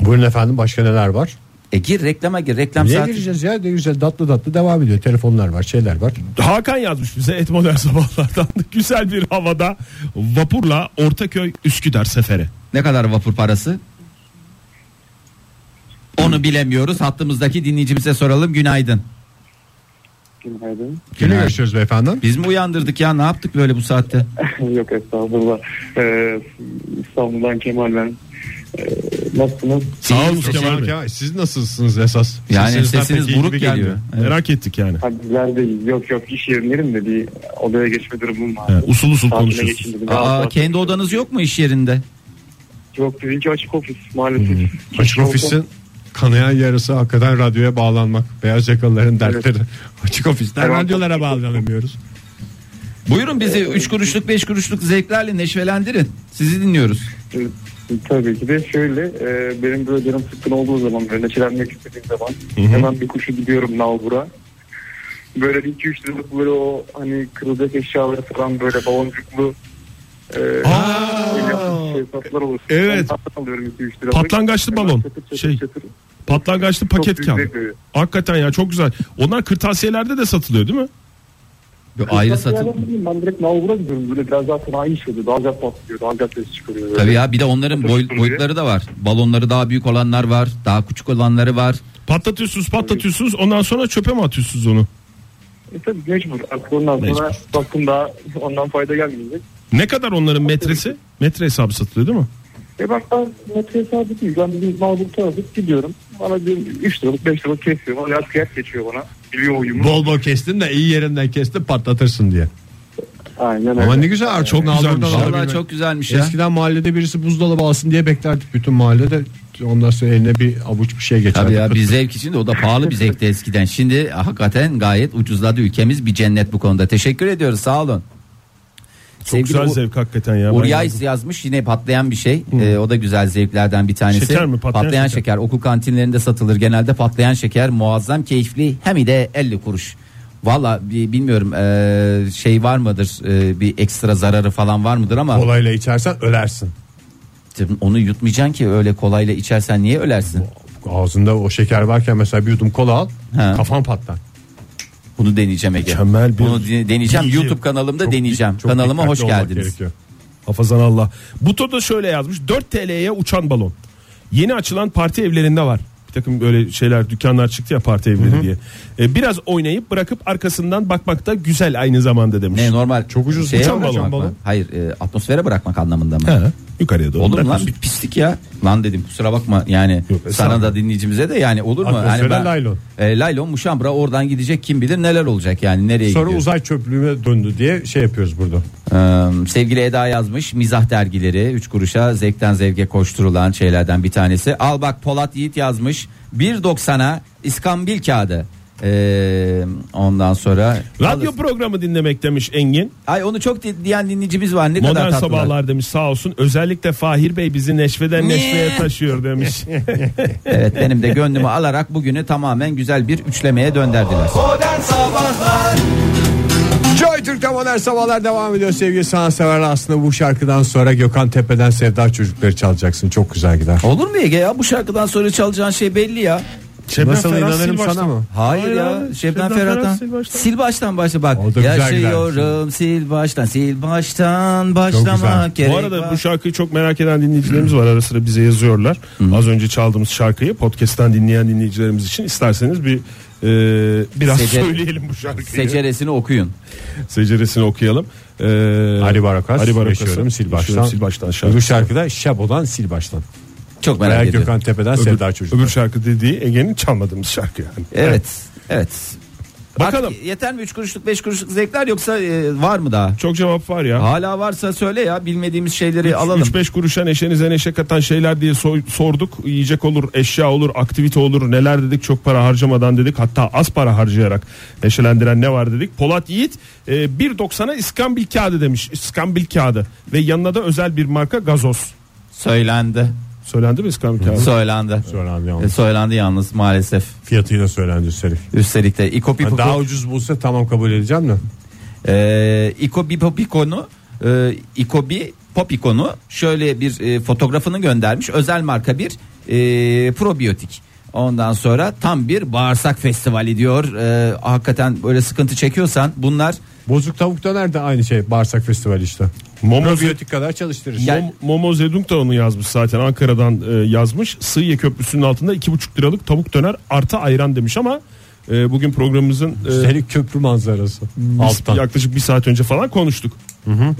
B: Buyurun efendim başka neler var?
D: E gir reklama gir reklam
B: Neye
D: saati.
B: gireceğiz ya? Ne güzel tatlı tatlı devam ediyor. Telefonlar var şeyler var.
C: Hakan yazmış bize et modern sabahlardan güzel bir havada vapurla Ortaköy Üsküdar seferi.
D: Ne kadar vapur parası? Onu bilemiyoruz. Hattımızdaki dinleyicimize soralım. Günaydın.
E: Günaydın.
B: Kimle
D: Günaydın.
B: görüşüyoruz beyefendi?
D: Biz mi uyandırdık ya? Ne yaptık böyle bu saatte?
E: Yok estağfurullah. Ee, İstanbul'dan Kemal ben. Ee, nasılsınız?
C: Sağ olun
D: Teşekkür
C: Kemal Bey.
B: Ya Siz nasılsınız esas?
D: Yani
B: Sesinizden
D: sesiniz
B: pek iyi
D: buruk
B: gibi
D: geliyor.
B: gelmiyor.
D: Evet.
C: Merak ettik yani.
E: Ha, bizler de yok yok iş yerindeyim de bir odaya geçme durumum var.
C: Evet, usul usul
E: Tatile
C: konuşuyoruz.
E: geçildi. Daha
D: Aa,
E: sonra-
D: kendi odanız yok mu iş yerinde?
E: Yok bizimki açık ofis maalesef.
B: Açık ofisin kanayan yarısı hakikaten radyoya bağlanmak. Beyaz yakalıların
C: *laughs*
B: dertleri. Açık ofisten
E: Evet.
B: radyolara bağlanamıyoruz.
D: Buyurun bizi 3 kuruşluk 5 kuruşluk zevklerle neşvelendirin. Sizi dinliyoruz.
E: Ee, Tabii ki de şöyle e, benim böyle canım sıkkın olduğu zaman böyle neşelenmek istediğim zaman hemen bir kuşu gidiyorum nalbura. Böyle bir iki üç liralık böyle o hani kırılacak eşyaları falan böyle baloncuklu e, böyle şey, satlar olur.
C: Evet.
E: Ben satın alıyorum iki üç liralık.
C: Patlangaçlı
E: Hemen
C: balon.
E: çatır çatır
C: Şey,
E: çatır.
C: Patlangaçlı paket
E: büyük
C: kağıdı.
E: zevk veriyor.
C: Hakikaten ya çok güzel. Onlar kırtasiyelerde de satılıyor değil mi?
D: Bir ayrı satın.
E: Patlayanlardan değilim, Ben direkt nalbura gidiyorum böyle biraz daha sanayi iş oluyor. Daha güzel patlıyor. Daha güzel ses çıkarıyor. böyle.
D: Tabii ya bir de onların boy- boyutları da var. Balonları daha büyük olanlar var. Daha küçük olanları var.
C: Patlatıyorsunuz patlatıyorsunuz ondan sonra çöpe mi atıyorsunuz onu?
E: E, tabii mecbur. Artık ondan sonra baktım daha ondan fayda gelmeyecek.
C: Ne kadar onların metresi? Metre hesabı satılıyor değil mi?
E: E bak ben metre hesabı değil. Ben bizim mağdur tanıdık gidiyorum. Bana bir 3 liralık 5 liralık kesiyor. Bana biraz kıyak geçiyor bana. Biliyor oyumu.
B: Bol bol kestin de iyi yerinden kestin patlatırsın diye.
E: Aynen öyle.
B: Ama ne güzel artık. Çok
C: güzelmiş.
D: Vallahi çok güzelmiş ya.
B: Eskiden mahallede birisi buzdolabı alsın diye beklerdik bütün mahallede. Ondan sonra eline bir avuç bir şey geçerdi.
D: Tabii ya bir zevk için de o da pahalı bir zevkti eskiden. Şimdi hakikaten gayet ucuzladı ülkemiz bir cennet bu konuda. Teşekkür ediyoruz sağ olun.
C: Çok güzel zevk hakikaten ya. Ben-
D: Uryais yazmış yine patlayan bir şey. Ee, o da güzel zevklerden bir tanesi.
C: Hmm. Şeker mi? Patlayan şeker.
D: şeker. Okul kantinlerinde satılır. Genelde patlayan şeker muazzam keyifli. Hem de 50 kuruş. Valla bir- bilmiyorum e, şey var mıdır e, bir ekstra zararı falan var mıdır ama
B: Kolayla içersen ölersin.
D: onu yutmayacaksın ki öyle kolayla içersen niye ölersin?
B: Ağzında o şeker varken mesela bir yudum kola al
D: Ha.
B: kafan patlar.
D: Bunu deneyeceğim Ege.
C: Mükemmel bir
D: Bunu de- deneyeceğim
C: bilgi.
D: YouTube kanalımda
B: Çok-
D: deneyeceğim.
B: çok
D: Kanalıma hoş
B: dikkatli olmak
D: geldiniz.
B: gerekiyor.
C: Hafazan Allah. Buto da şöyle yazmış. 4 TL'ye uçan balon. Yeni açılan parti evlerinde var. Bir takım böyle şeyler dükkanlar çıktı ya parti evleri diye. E, biraz oynayıp bırakıp arkasından bakmak da güzel aynı zamanda demiş.
D: Ne normal çok
C: ucuz
D: şeye
C: uçan
D: bırakmak
C: balon.
D: mı?
C: balon.
D: Hayır e, atmosfere bırakmak anlamında mı?
C: He, yukarıya doğru.
D: Olur mu lan
C: bırakıyorsun.
D: bir pislik ya. Lan dedim kusura bakma yani
C: Yok,
D: sana
C: estağfurullah.
D: da dinleyicimize de yani olur mu?
B: Atmosfere
D: Hani ben-
B: laylon.
D: E, laylon muşambra oradan gidecek kim bilir neler olacak yani nereye
B: Sonra
D: gidiyor.
B: uzay çöplüğüne döndü diye şey yapıyoruz burada.
D: Ee, sevgili Eda yazmış mizah dergileri 3 kuruşa zevkten zevke koşturulan şeylerden bir tanesi. Al bak Polat Yiğit yazmış 1.90'a iskambil kağıdı. Ee, ondan sonra
C: Radyo programı dinlemek demiş Engin.
D: Ay onu çok di- diyen dinleyicimiz var ne kadar
C: Modern
D: tatlılar.
C: sabahlar demiş sağ olsun. Özellikle Fahir Bey bizi neşveden neşveye
D: *laughs*
C: taşıyor demiş.
D: Evet
C: *laughs*
D: benim de gönlümü alarak bugünü tamamen güzel bir üçlemeye dönderdiler.
A: Modern Sabahlar
B: Joy Türk'te modern sabahlar devam ediyor sevgili sanatseverler. Aslında bu şarkıdan sonra Gökhan Tepe'den Sevda Çocukları çalacaksın. Çok güzel gider.
D: Olur mu Ege ya bu şarkıdan sonra çalacağın şey belli ya.
C: Şebnem
B: Nasıl
C: Ferah
B: inanırım
C: Silvaş'tan.
B: sana mı?
D: Hayır,
C: Hayır
D: ya
C: abi,
D: Şebnem
C: Şebnem
D: Ferhat'tan.
C: Ferah, Sil Baştan.
D: Sil baştan başla bak.
B: O da güzel gider.
D: Yaşıyorum sil baştan sil baştan başlamak gerek
C: Bu arada
D: var.
C: bu şarkıyı çok merak eden dinleyicilerimiz var. Ara sıra bize yazıyorlar. Az önce çaldığımız şarkıyı podcast'ten dinleyen dinleyicilerimiz için isterseniz bir e, biraz
D: Secere-
C: söyleyelim bu şarkıyı.
D: Seceresini okuyun.
C: Seceresini okuyalım. E,
B: Ali Barakas,
C: Ali Barakas'ın
B: Yaşıyorum Sil Baştan.
C: Yaşıyorum Sil Baştan şarkısı.
B: Öbür şarkıda Şabo'dan Sil Baştan.
D: Çok merak
B: Veya
D: ediyorum.
B: Gökhan Tepe'den
C: Öbür-
B: Sevda Çocukları.
C: Öbür şarkı dediği Ege'nin çalmadığımız şarkı yani.
D: Evet. Evet.
C: Bakalım.
D: Artık yeter mi 3 kuruşluk 5 kuruşluk zevkler yoksa e, var mı daha?
C: Çok cevap var ya.
D: Hala varsa söyle ya bilmediğimiz şeyleri alalım.
C: 3-5 kuruşa neşenize neşe katan şeyler diye soy- sorduk. Yiyecek olur, eşya olur, aktivite olur. Neler dedik çok para harcamadan dedik. Hatta az para harcayarak neşelendiren ne var dedik. Polat Yiğit e, 1.90'a iskambil kağıdı demiş. İskambil kağıdı. Ve yanına da özel bir marka gazoz.
D: Söylendi.
C: Söylendi mi iskambil kağıdı?
D: Söylendi.
B: Söylendi
D: E,
B: yalnız.
D: söylendi yalnız maalesef.
B: Fiyatıyla söylendi üstelik.
D: Üstelik de İko
B: Yani
D: Pipo,
B: daha ucuz bulsa tamam kabul edeceğim de.
D: e, İko Pipo Pico'nu, e, İko Bi Popiko'nu şöyle bir e, fotoğrafını göndermiş. Özel marka bir e, probiyotik. Ondan sonra tam bir bağırsak festivali diyor. E, hakikaten böyle sıkıntı çekiyorsan bunlar
B: Bozuk tavuk döner de aynı şey bağırsak festivali işte.
C: Momo,
B: Probiyotik kadar çalıştırır.
D: Ya-
C: Mom- Momo Zedong da onu yazmış zaten Ankara'dan e, yazmış. Sığıye Köprüsü'nün altında 2,5 liralık tavuk döner artı ayran demiş ama e, bugün programımızın e,
B: Üstelik Ee, köprü manzarası.
C: Biz
B: Alttan.
C: yaklaşık bir saat önce falan konuştuk.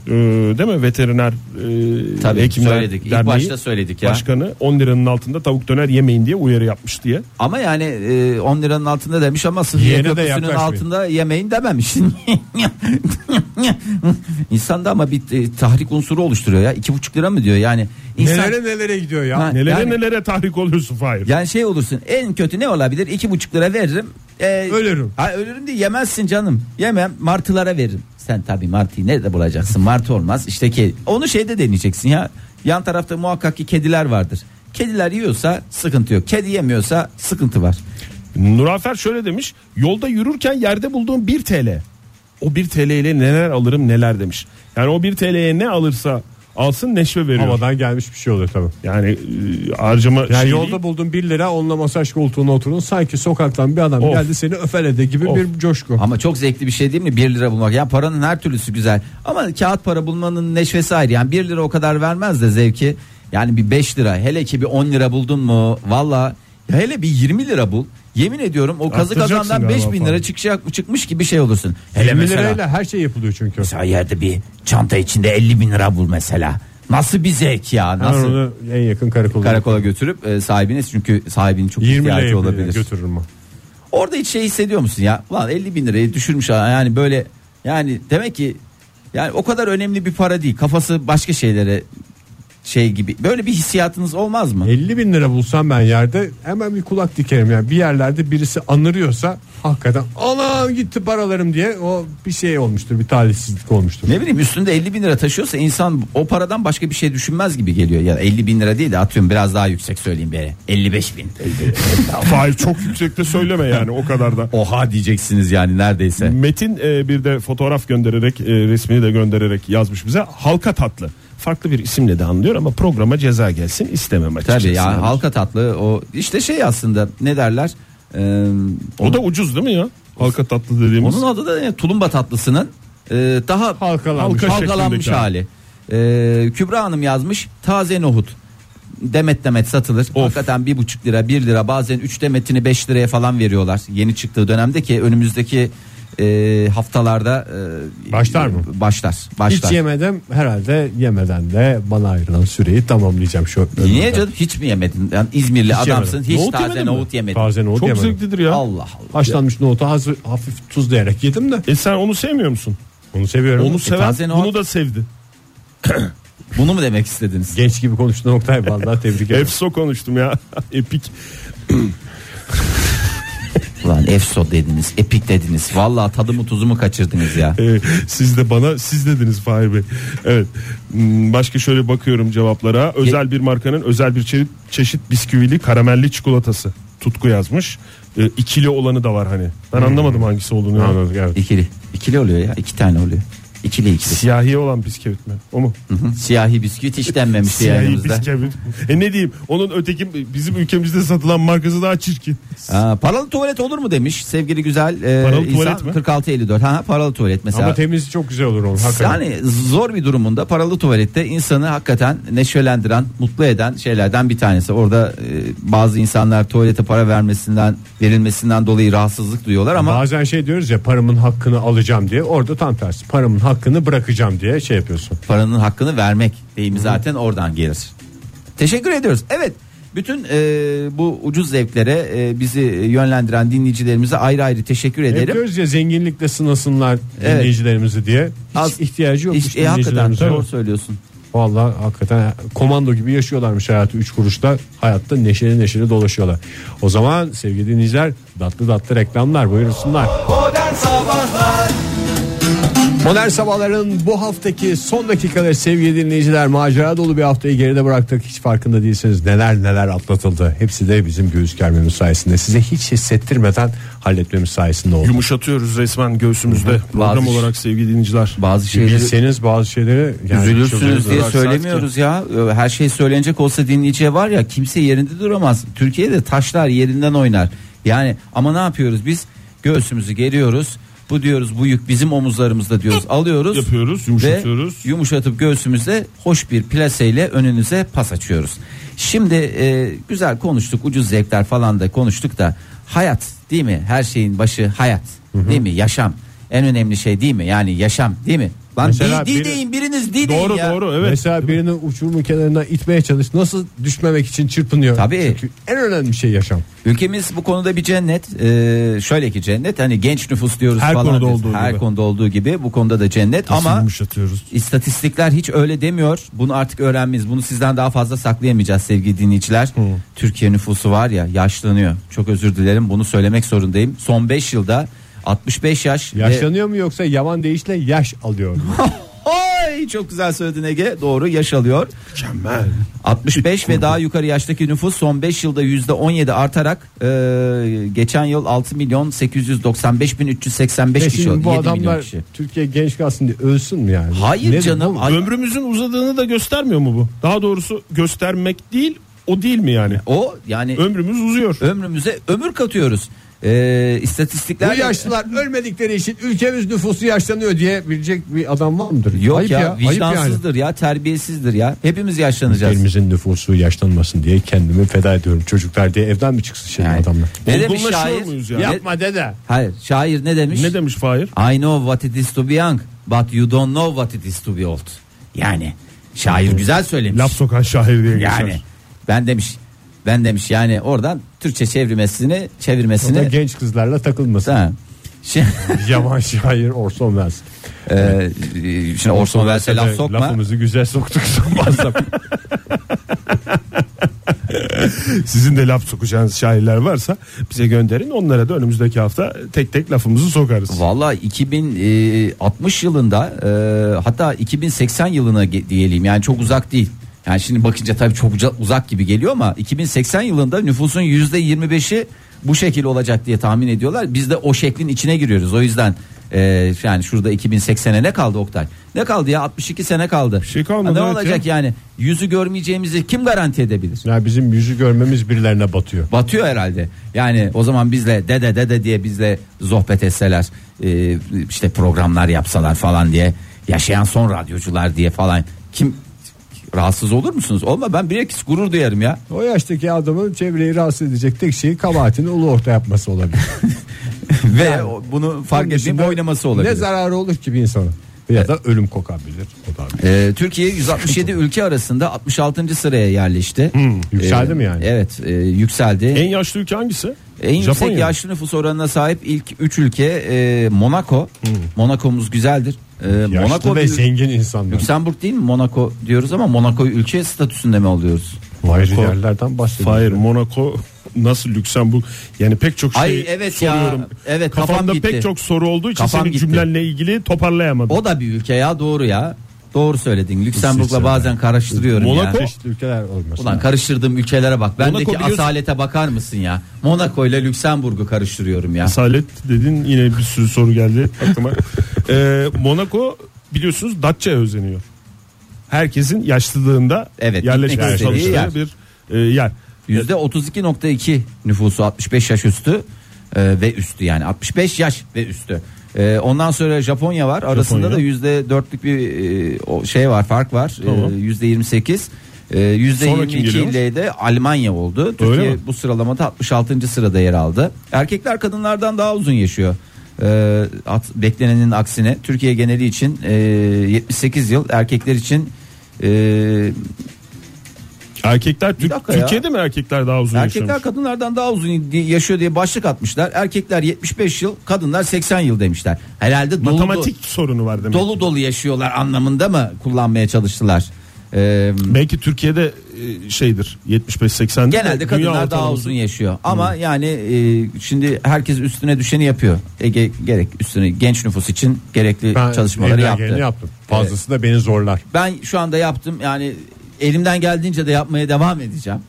C: Ee, değil mi? Veteriner e,
D: Tabii,
C: Hekimler
D: söyledik. İlk
C: Derneği
D: başta söyledik ya.
C: Başkanı 10 liranın altında tavuk döner yemeyin diye uyarı yapmış diye.
D: ama yani e, 10 liranın altında demiş ama sıhhiye
B: Yeğene de
D: köprüsünün
B: yaklaşmayın.
D: altında yemeğin dememiş. *laughs* İnsanda ama bir e, tahrik unsuru oluşturuyor ya. 2,5 lira mı diyor yani. İnsan,
B: Nelere nelere gidiyor ya.
D: Ha,
C: Nelere
D: yani-
C: nelere tahrik oluyorsun Fahir.
D: Yani şey olursun en kötü ne olabilir? iki buçuk lira veririm. Ee,
B: Ölürüm.
D: Ha, ölürüm diye yemezsin canım. Yemem martılara veririm. Sen tabii martıyı nerede bulacaksın? Martı olmaz. İşte ki onu şeyde deneyeceksin ya. Yan tarafta muhakkak ki kediler vardır. Kediler yiyorsa sıkıntı yok. Kedi yemiyorsa sıkıntı var.
C: Nurafer şöyle demiş. Yolda yürürken yerde bulduğum 1 TL. O 1 TL ile neler alırım neler demiş. Yani o 1 TL'ye ne alırsa alsın neşve veriyor.
B: Havadan gelmiş bir şey oluyor tabii.
C: Yani e, harcama
B: Yani
C: şeyi
B: yolda buldun 1 lira onunla masaj koltuğuna oturdun. Sanki sokaktan bir adam
C: Of.
B: geldi seni öfeledi gibi
C: Of.
B: bir coşku.
D: Ama çok zevkli bir şey değil mi? 1 lira bulmak. Ya paranın her türlüsü güzel. Ama kağıt para bulmanın neşvesi ayrı. Yani 1 lira o kadar vermez de zevki. Yani bir 5 lira hele ki bir 10 lira buldun mu? Valla ya hele bir 20 lira bul. Yemin ediyorum o kazı
C: Arttıracaksın
D: kazandan
C: galiba
D: 5 bin
C: falan.
D: lira çıkacak, çıkmış gibi şey olursun. Hele
B: 20
D: mesela,
B: lirayla her şey yapılıyor çünkü.
D: mesela yerde bir çanta içinde 50 bin lira bul mesela. Nasıl bir zevk ya?
B: Ben
D: Nasıl?
B: onu en yakın karakola
D: Karakola götürüp e, sahibiniz çünkü sahibinin çok
B: 20
D: ihtiyacı
B: liraya
D: olabilir.
B: götürürüm ben.
D: Orada hiç şey hissediyor musun ya? Ulan 50 bin lirayı düşürmüş ha. yani böyle yani demek ki yani o kadar önemli bir para değil. Kafası başka şeylere şey gibi. Böyle bir hissiyatınız olmaz mı?
B: 50 bin lira bulsam ben yerde hemen bir kulak dikerim yani bir yerlerde birisi anırıyorsa hakikaten anam gitti paralarım diye o bir *laughs* şey olmuştur bir talihsizlik olmuştur.
D: Ne bileyim üstünde 50 bin lira taşıyorsa insan o paradan başka bir şey düşünmez gibi geliyor. Ya da 50 bin lira değil de atıyorum biraz daha yüksek söyleyeyim bir 55 bin.
C: Fahir çok yüksekte söyleme yani o kadar da.
D: Oha diyeceksiniz yani neredeyse.
C: Metin e, bir de fotoğraf göndererek e, resmini de göndererek yazmış bize. Halka tatlı. Farklı bir isimle de anlıyor ama programa ceza gelsin istemem açıkçası.
D: Tabii ya
C: Yani.
D: halka tatlı o işte şey aslında ne derler? Ee,
C: O da ucuz değil mi ya? Halka tatlı dediğimiz. şey
D: Onun adı da ne? Tulumba tatlısının e, daha
B: Halkalanmış.
D: halka halkalanmış
C: şeklindeki
D: hali. E, Kübra Hanım yazmış taze nohut. Demet demet satılır. Hakikaten bir buçuk lira, bir lira bazen üç demetini 5 liraya falan veriyorlar. Yeni çıktığı dönemde ki önümüzdeki e, haftalarda e,
B: Başlar mı?
D: Başlar. Başlar.
B: Hiç yemedim herhalde yemeden de bana ayrılan süreyi tamamlayacağım şu
D: Niye canım hiç mi yemedin? Yani İzmirli adamsın.
B: yemedim.
D: Hiç
C: Nohut
D: taze
C: yemedin mi?
D: nohut yemedin.
B: Taze nohut
C: Çok
B: yemedim.
C: zevklidir ya.
D: Allah Allah.
B: Haşlanmış nohutu hazır- hafif tuzlayarak yedim de
C: E sen onu sevmiyor musun?
B: onu seviyorum.
C: Onu seven
D: E, taze nohut-
C: bunu da sevdi.
D: Bunu mu demek istediniz?
B: Genç gibi konuştun Oktay vallahi tebrik ederim.
C: Efso konuştum ya. *laughs* Epik.
D: Ulan efso dediniz, epik dediniz. Vallahi tadımı tuzumu kaçırdınız ya.
C: Ee, siz de bana siz dediniz Fahir Bey. Evet. Hmm, Başka şöyle bakıyorum cevaplara. Özel bir markanın özel bir çe- çeşit bisküvili karamelli çikolatası. Tutku yazmış. Ee, ikili olanı da var hani. Ben anlamadım hangisi olduğunu. ya.
B: Anladık, evet.
D: İkili. İkili oluyor ya. iki tane oluyor. İkili ikili.
C: Siyahi olan bisküvit mi? O mu?
D: Hı, Siyahi bisküvit hiç denmemişti
C: Siyahi
D: yayınımızda.
C: bisküvit. E ne diyeyim? Onun öteki bizim ülkemizde satılan markası daha çirkin.
D: Aa, paralı tuvalet olur mu demiş sevgili güzel e,
C: Paralı
D: insan
C: tuvalet mi?
D: 4654. Ha, paralı tuvalet mesela.
B: Ama temiz çok güzel olur onun hakikaten.
D: yani zor bir durumunda paralı tuvalette insanı hakikaten neşelendiren, mutlu eden şeylerden bir tanesi. Orada e, bazı insanlar tuvalete para vermesinden, verilmesinden dolayı rahatsızlık duyuyorlar ama
B: Bazen şey diyoruz ya paramın hakkını alacağım diye orada tam tersi paramın hakkını bırakacağım diye şey yapıyorsun.
D: paranın hakkını vermek deyimi zaten oradan gelir. Teşekkür ediyoruz. Evet. Bütün e, bu ucuz zevklere e, bizi yönlendiren dinleyicilerimize ayrı ayrı teşekkür
B: Hep
D: ederim.
B: diyoruz ya zenginlikle sınasınlar
D: Evet.
B: dinleyicilerimizi diye. Hiç
D: Az-
B: ihtiyacı yokmuş
D: İşte, e, hakikaten
B: dinleyicilerimize.
D: doğru söylüyorsun.
B: Vallahi hakikaten komando gibi yaşıyorlarmış hayatı 3 kuruşta. Hayatta neşeli neşeli dolaşıyorlar. O zaman sevgili dinleyiciler tatlı tatlı reklamlar buyursunlar.
A: Modern Sabahlar
B: Modern Sabahların bu haftaki son dakikaları sevgili dinleyiciler macera dolu bir haftayı geride bıraktık. Hiç farkında değilsiniz neler neler atlatıldı. Hepsi de bizim göğüs germemiz sayesinde size hiç hissettirmeden halletmemiz sayesinde oldu.
C: Yumuşatıyoruz resmen göğsümüzde. Program
D: Bazı-
C: olarak sevgili dinleyiciler.
D: Bazı şeyleri
B: Bilseniz bazı şeyleri yani
D: üzülürsünüz diye
C: bıraksak
D: söylemiyoruz ya. E, Her şey söylenecek olsa dinleyiciye var ya kimse yerinde duramaz. Türkiye'de taşlar yerinden oynar. Yani ama ne yapıyoruz biz? Göğsümüzü geriyoruz. Bu diyoruz bu yük bizim omuzlarımızda diyoruz. Alıyoruz.
C: Yapıyoruz,
D: ve
C: yumuşatıyoruz.
D: yumuşatıp göğsümüzde hoş bir plaseyle önünüze pas açıyoruz. Şimdi e, güzel konuştuk ucuz zevkler falan da konuştuk da hayat değil mi? Her şeyin başı hayat değil mi? Yaşam en önemli şey değil mi? Yani yaşam değil mi? Lan
B: Mesela
D: di, di
B: biri-
D: deyin biriniz di deyin
C: Doğru
D: ya.
C: doğru evet.
B: Mesela birini uçurumun kenarına itmeye çalış. Nasıl düşmemek için çırpınıyor.
D: Tabii.
B: Çünkü en önemli şey yaşam.
D: Ülkemiz bu konuda bir cennet. Ee, şöyle ki cennet hani genç nüfus diyoruz
C: Her
D: falan.
C: konuda
D: diyoruz.
C: olduğu
D: Her
C: gibi.
D: konuda olduğu gibi bu konuda da cennet
C: Nasıl
D: ama
C: yumuşatıyoruz.
D: İstatistikler hiç öyle demiyor. Bunu artık öğrenmeyiz. Bunu sizden daha fazla saklayamayacağız sevgili dinleyiciler. Türkiye nüfusu var ya yaşlanıyor. Çok özür dilerim bunu söylemek zorundayım. Son 5 yılda 65 yaş. ve-
B: Yaşlanıyor mu yoksa yavan değişle yaş alıyor mu?
D: Ay çok güzel söyledin Ege. Doğru yaş alıyor.
C: Mükemmel.
D: 65 ve daha yukarı yaştaki nüfus son 5 yılda %17 artarak e, geçen yıl 6 milyon 895 bin 385
B: E
D: kişi
B: şimdi
D: oldu.
B: bu
D: 7 milyon
B: adamlar
D: kişi.
B: Türkiye genç kalsın diye ölsün mü yani?
D: Hayır
B: Nedir
D: canım.
B: bu?
D: ay-
C: Ömrümüzün uzadığını da göstermiyor mu bu? Daha doğrusu göstermek değil, o değil mi yani?
D: O yani
C: Ömrümüz uzuyor.
D: ömrümüze ömür katıyoruz. Ee,
B: Bu
D: istatistikler
B: yaşlılar ölmedikleri için ülkemiz nüfusu yaşlanıyor diye bilecek bir adam var mıdır?
D: yok
B: Ayıp
D: ya,
B: ayıp yani.
D: vicdansızdır ya terbiyesizdir ya hepimiz yaşlanacağız.
B: Ülkemizin nüfusu yaşlanmasın diye kendimi feda ediyorum çocuklar diye evden mi çıksın şimdi
D: Yani.
B: adamlar?
D: Ne demiş
C: Olgunlaşıyor
D: şair?
C: muyuz
D: Ne-
C: yani?
B: dede.
D: Hayır şair ne demiş?
C: Ne demiş Fahir?
D: I know what it is to be young but you don't know what it is to be old. Yani şair güzel söylemiş.
C: Laf sokan şair diye geçer.
D: yani ben demiş ben demiş yani oradan Türkçe çevirmesini
B: O da
D: çevirmesini
B: genç kızlarla takılmasın. *laughs*
D: Ha. Şey, *laughs* Şimdi,
B: Yaman şair Orson Welles.
D: e, şimdi Orson Welles'e laf
B: Evet,
C: *laughs*
B: *laughs*
D: sokma.
B: Lafımızı güzel soktuk.
C: Sizin de laf sokacağınız şairler varsa bize gönderin. Onlara da önümüzdeki hafta tek tek lafımızı sokarız.
D: Valla 2060 e, yılında e, hatta 2080 yılına ge- diyelim yani çok uzak değil. Yani şimdi bakınca tabii çok uca- uzak gibi geliyor ama 2080 yılında nüfusun %25'i bu şekil olacak diye tahmin ediyorlar. Biz de o şeklin içine giriyoruz. O yüzden e, yani şurada 2080'e ne kaldı Oktay? Ne kaldı ya 62 sene kaldı.
C: şey kalmadı,
D: Ha, ne
C: evet
D: olacak yani yüzü görmeyeceğimizi kim garanti edebilir?
B: Ya bizim yüzü görmemiz birilerine batıyor.
D: Batıyor herhalde. Yani o zaman bizle dede dede diye bizle sohbet etseler, e, işte programlar yapsalar falan diye yaşayan son radyocular diye falan kim rahatsız olur musunuz? Olma ben bilakis gurur
B: *laughs*
D: duyarım ya.
B: O yaştaki adamın çevreyi rahatsız edecek tek şeyi kabahatini ulu orta yapması olabilir.
D: Ve o- bunu fark
B: Onun
D: etmeyip
B: dışında
D: oynaması olabilir.
B: ne zararı olur ki bir insana? Ya da ölüm kokabilir. O da
D: Ee,
B: *laughs*
D: Türkiye 167 ülke arasında 66. sıraya yerleşti.
B: Hmm, yükseldi
D: Ee,
B: mi yani?
D: Evet, e, yükseldi.
C: En yaşlı ülke hangisi?
D: En yüksek
C: Japonya mı?
D: yaşlı nüfus oranına sahip ilk 3 ülke e, Monaco. Monaco'muz güzeldir. E,
B: Hmm. Yaşlı
D: Monaco
B: ve
D: bir-
B: zengin insanlar.
D: Lüksemburg değil mi? Monaco diyoruz ama Monaco'yu ülke statüsünde mi alıyoruz?
B: Ayrı
C: Monaco-
B: yerlerden bahsediyor.
C: Hayır Monaco nasıl Lüksemburg yani pek çok şey
D: Ay, evet ya.
C: soruyorum.
D: Evet, kafam
C: Kafamda
D: gitti.
C: pek çok soru olduğu için
D: Kafam
C: senin
D: gitti.
C: cümlenle ilgili toparlayamadım.
D: O da bir ülke ya doğru ya. Doğru söyledin. Lüksemburg'la
C: İsviçre.
D: bazen karıştırıyorum
C: Monaco-
D: ya.
B: Çeşitli ülkeler olmasın.
D: Ulan karıştırdığım ülkelere bak. Bendeki
C: Monaco biliyorsun-
D: asalete bakar mısın ya? Monaco ile Lüksemburg'u karıştırıyorum ya.
C: Asalet dedin yine bir sürü soru geldi
B: *laughs*
C: aklıma. Ee, Monaco biliyorsunuz Datça'ya özeniyor. Herkesin yaşlılığında
D: Evet,
C: yerleşmeye
D: gitmek istediği
C: çalıştığı
D: yer.
C: bir e, yer.
D: %32.2 nüfusu 65 yaş üstü e, ve üstü yani 65 yaş ve üstü. E, ondan sonra Japonya var. Arasında
C: Japonya.
D: da %4'lük bir e, o şey var, fark var.
C: Tamam.
D: E, %28 e,
C: Sonra kim
D: %22
C: geliyormuş?
D: ile de Almanya oldu.
C: Öyle
D: Türkiye
C: mi?
D: bu sıralamada 66. sırada yer aldı. Erkekler kadınlardan daha uzun yaşıyor. E, at- beklenenin aksine Türkiye geneli için e, 78 yıl, erkekler için e,
C: Erkekler Türk-
D: dakika ya.
C: Türkiye'de mi erkekler daha uzun
D: Erkekler
C: yaşıyormuş?
D: kadınlardan daha uzun di- yaşıyor diye başlık atmışlar. Erkekler 75 yıl, kadınlar 80 yıl demişler. Herhalde dolu
C: Matematik sorunu var demek.
D: dolu, dolu yaşıyorlar anlamında mı kullanmaya çalıştılar? Ee,
C: Belki Türkiye'de e, şeydir 75-80
D: genelde kadınlar daha uzun yaşıyor. Ama
B: Hmm.
D: yani e, şimdi herkes üstüne düşeni yapıyor. Ege gerek üstüne genç nüfus için gerekli
B: Ben
D: çalışmaları
B: elinden
D: yaptı.
B: geleni yaptım. Fazlası da beni zorlar.
D: Ben şu anda yaptım yani elimden geldiğince de yapmaya devam edeceğim.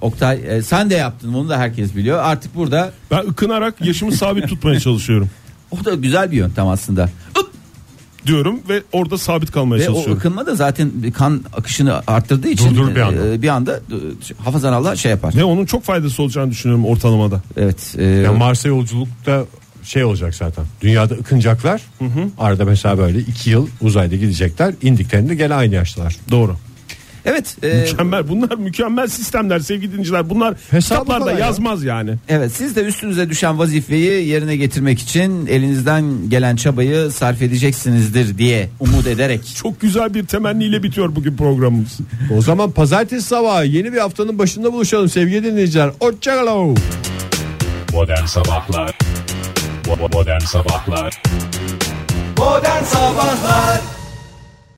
D: Oktay e, sen de yaptın bunu da herkes biliyor. Artık burada
C: Ben ıkınarak
D: *laughs*
C: yaşımı sabit tutmaya çalışıyorum
D: o da güzel bir yöntem aslında.
C: diyorum ve orada sabit kalmaya
D: Ve o
C: çalışıyorum.
D: ıkınma da zaten bir kan akışını arttırdığı için
B: Durdurur bir anda.
D: e, bir anda e, hafızan Allah şey yapar.
C: Ve onun çok faydası olacağını düşünüyorum ortalamada.
D: Evet. e,
B: Yani Mars'a yolculukta şey olacak zaten. Dünyada ıkınacaklar. Arada mesela böyle iki yıl uzayda gidecekler. İndiklerinde gene aynı yaşlılar.
C: Doğru.
D: evet. e,
C: Mükemmel. Bunlar mükemmel sistemler sevgili dinleyiciler. Bunlar
B: Hesabı
C: kitaplarda
B: kolay ya.
C: yazmaz yani.
D: evet siz de üstünüze düşen vazifeyi yerine getirmek için elinizden gelen çabayı sarf edeceksinizdir diye umut ederek.
C: Çok güzel bir temenniyle bitiyor bugün programımız.
B: O zaman pazartesi sabahı yeni bir haftanın başında buluşalım sevgili dinleyiciler. Hoşçakalın.
I: Modern Sabahlar Bo- Modern Sabahlar
A: Modern Sabahlar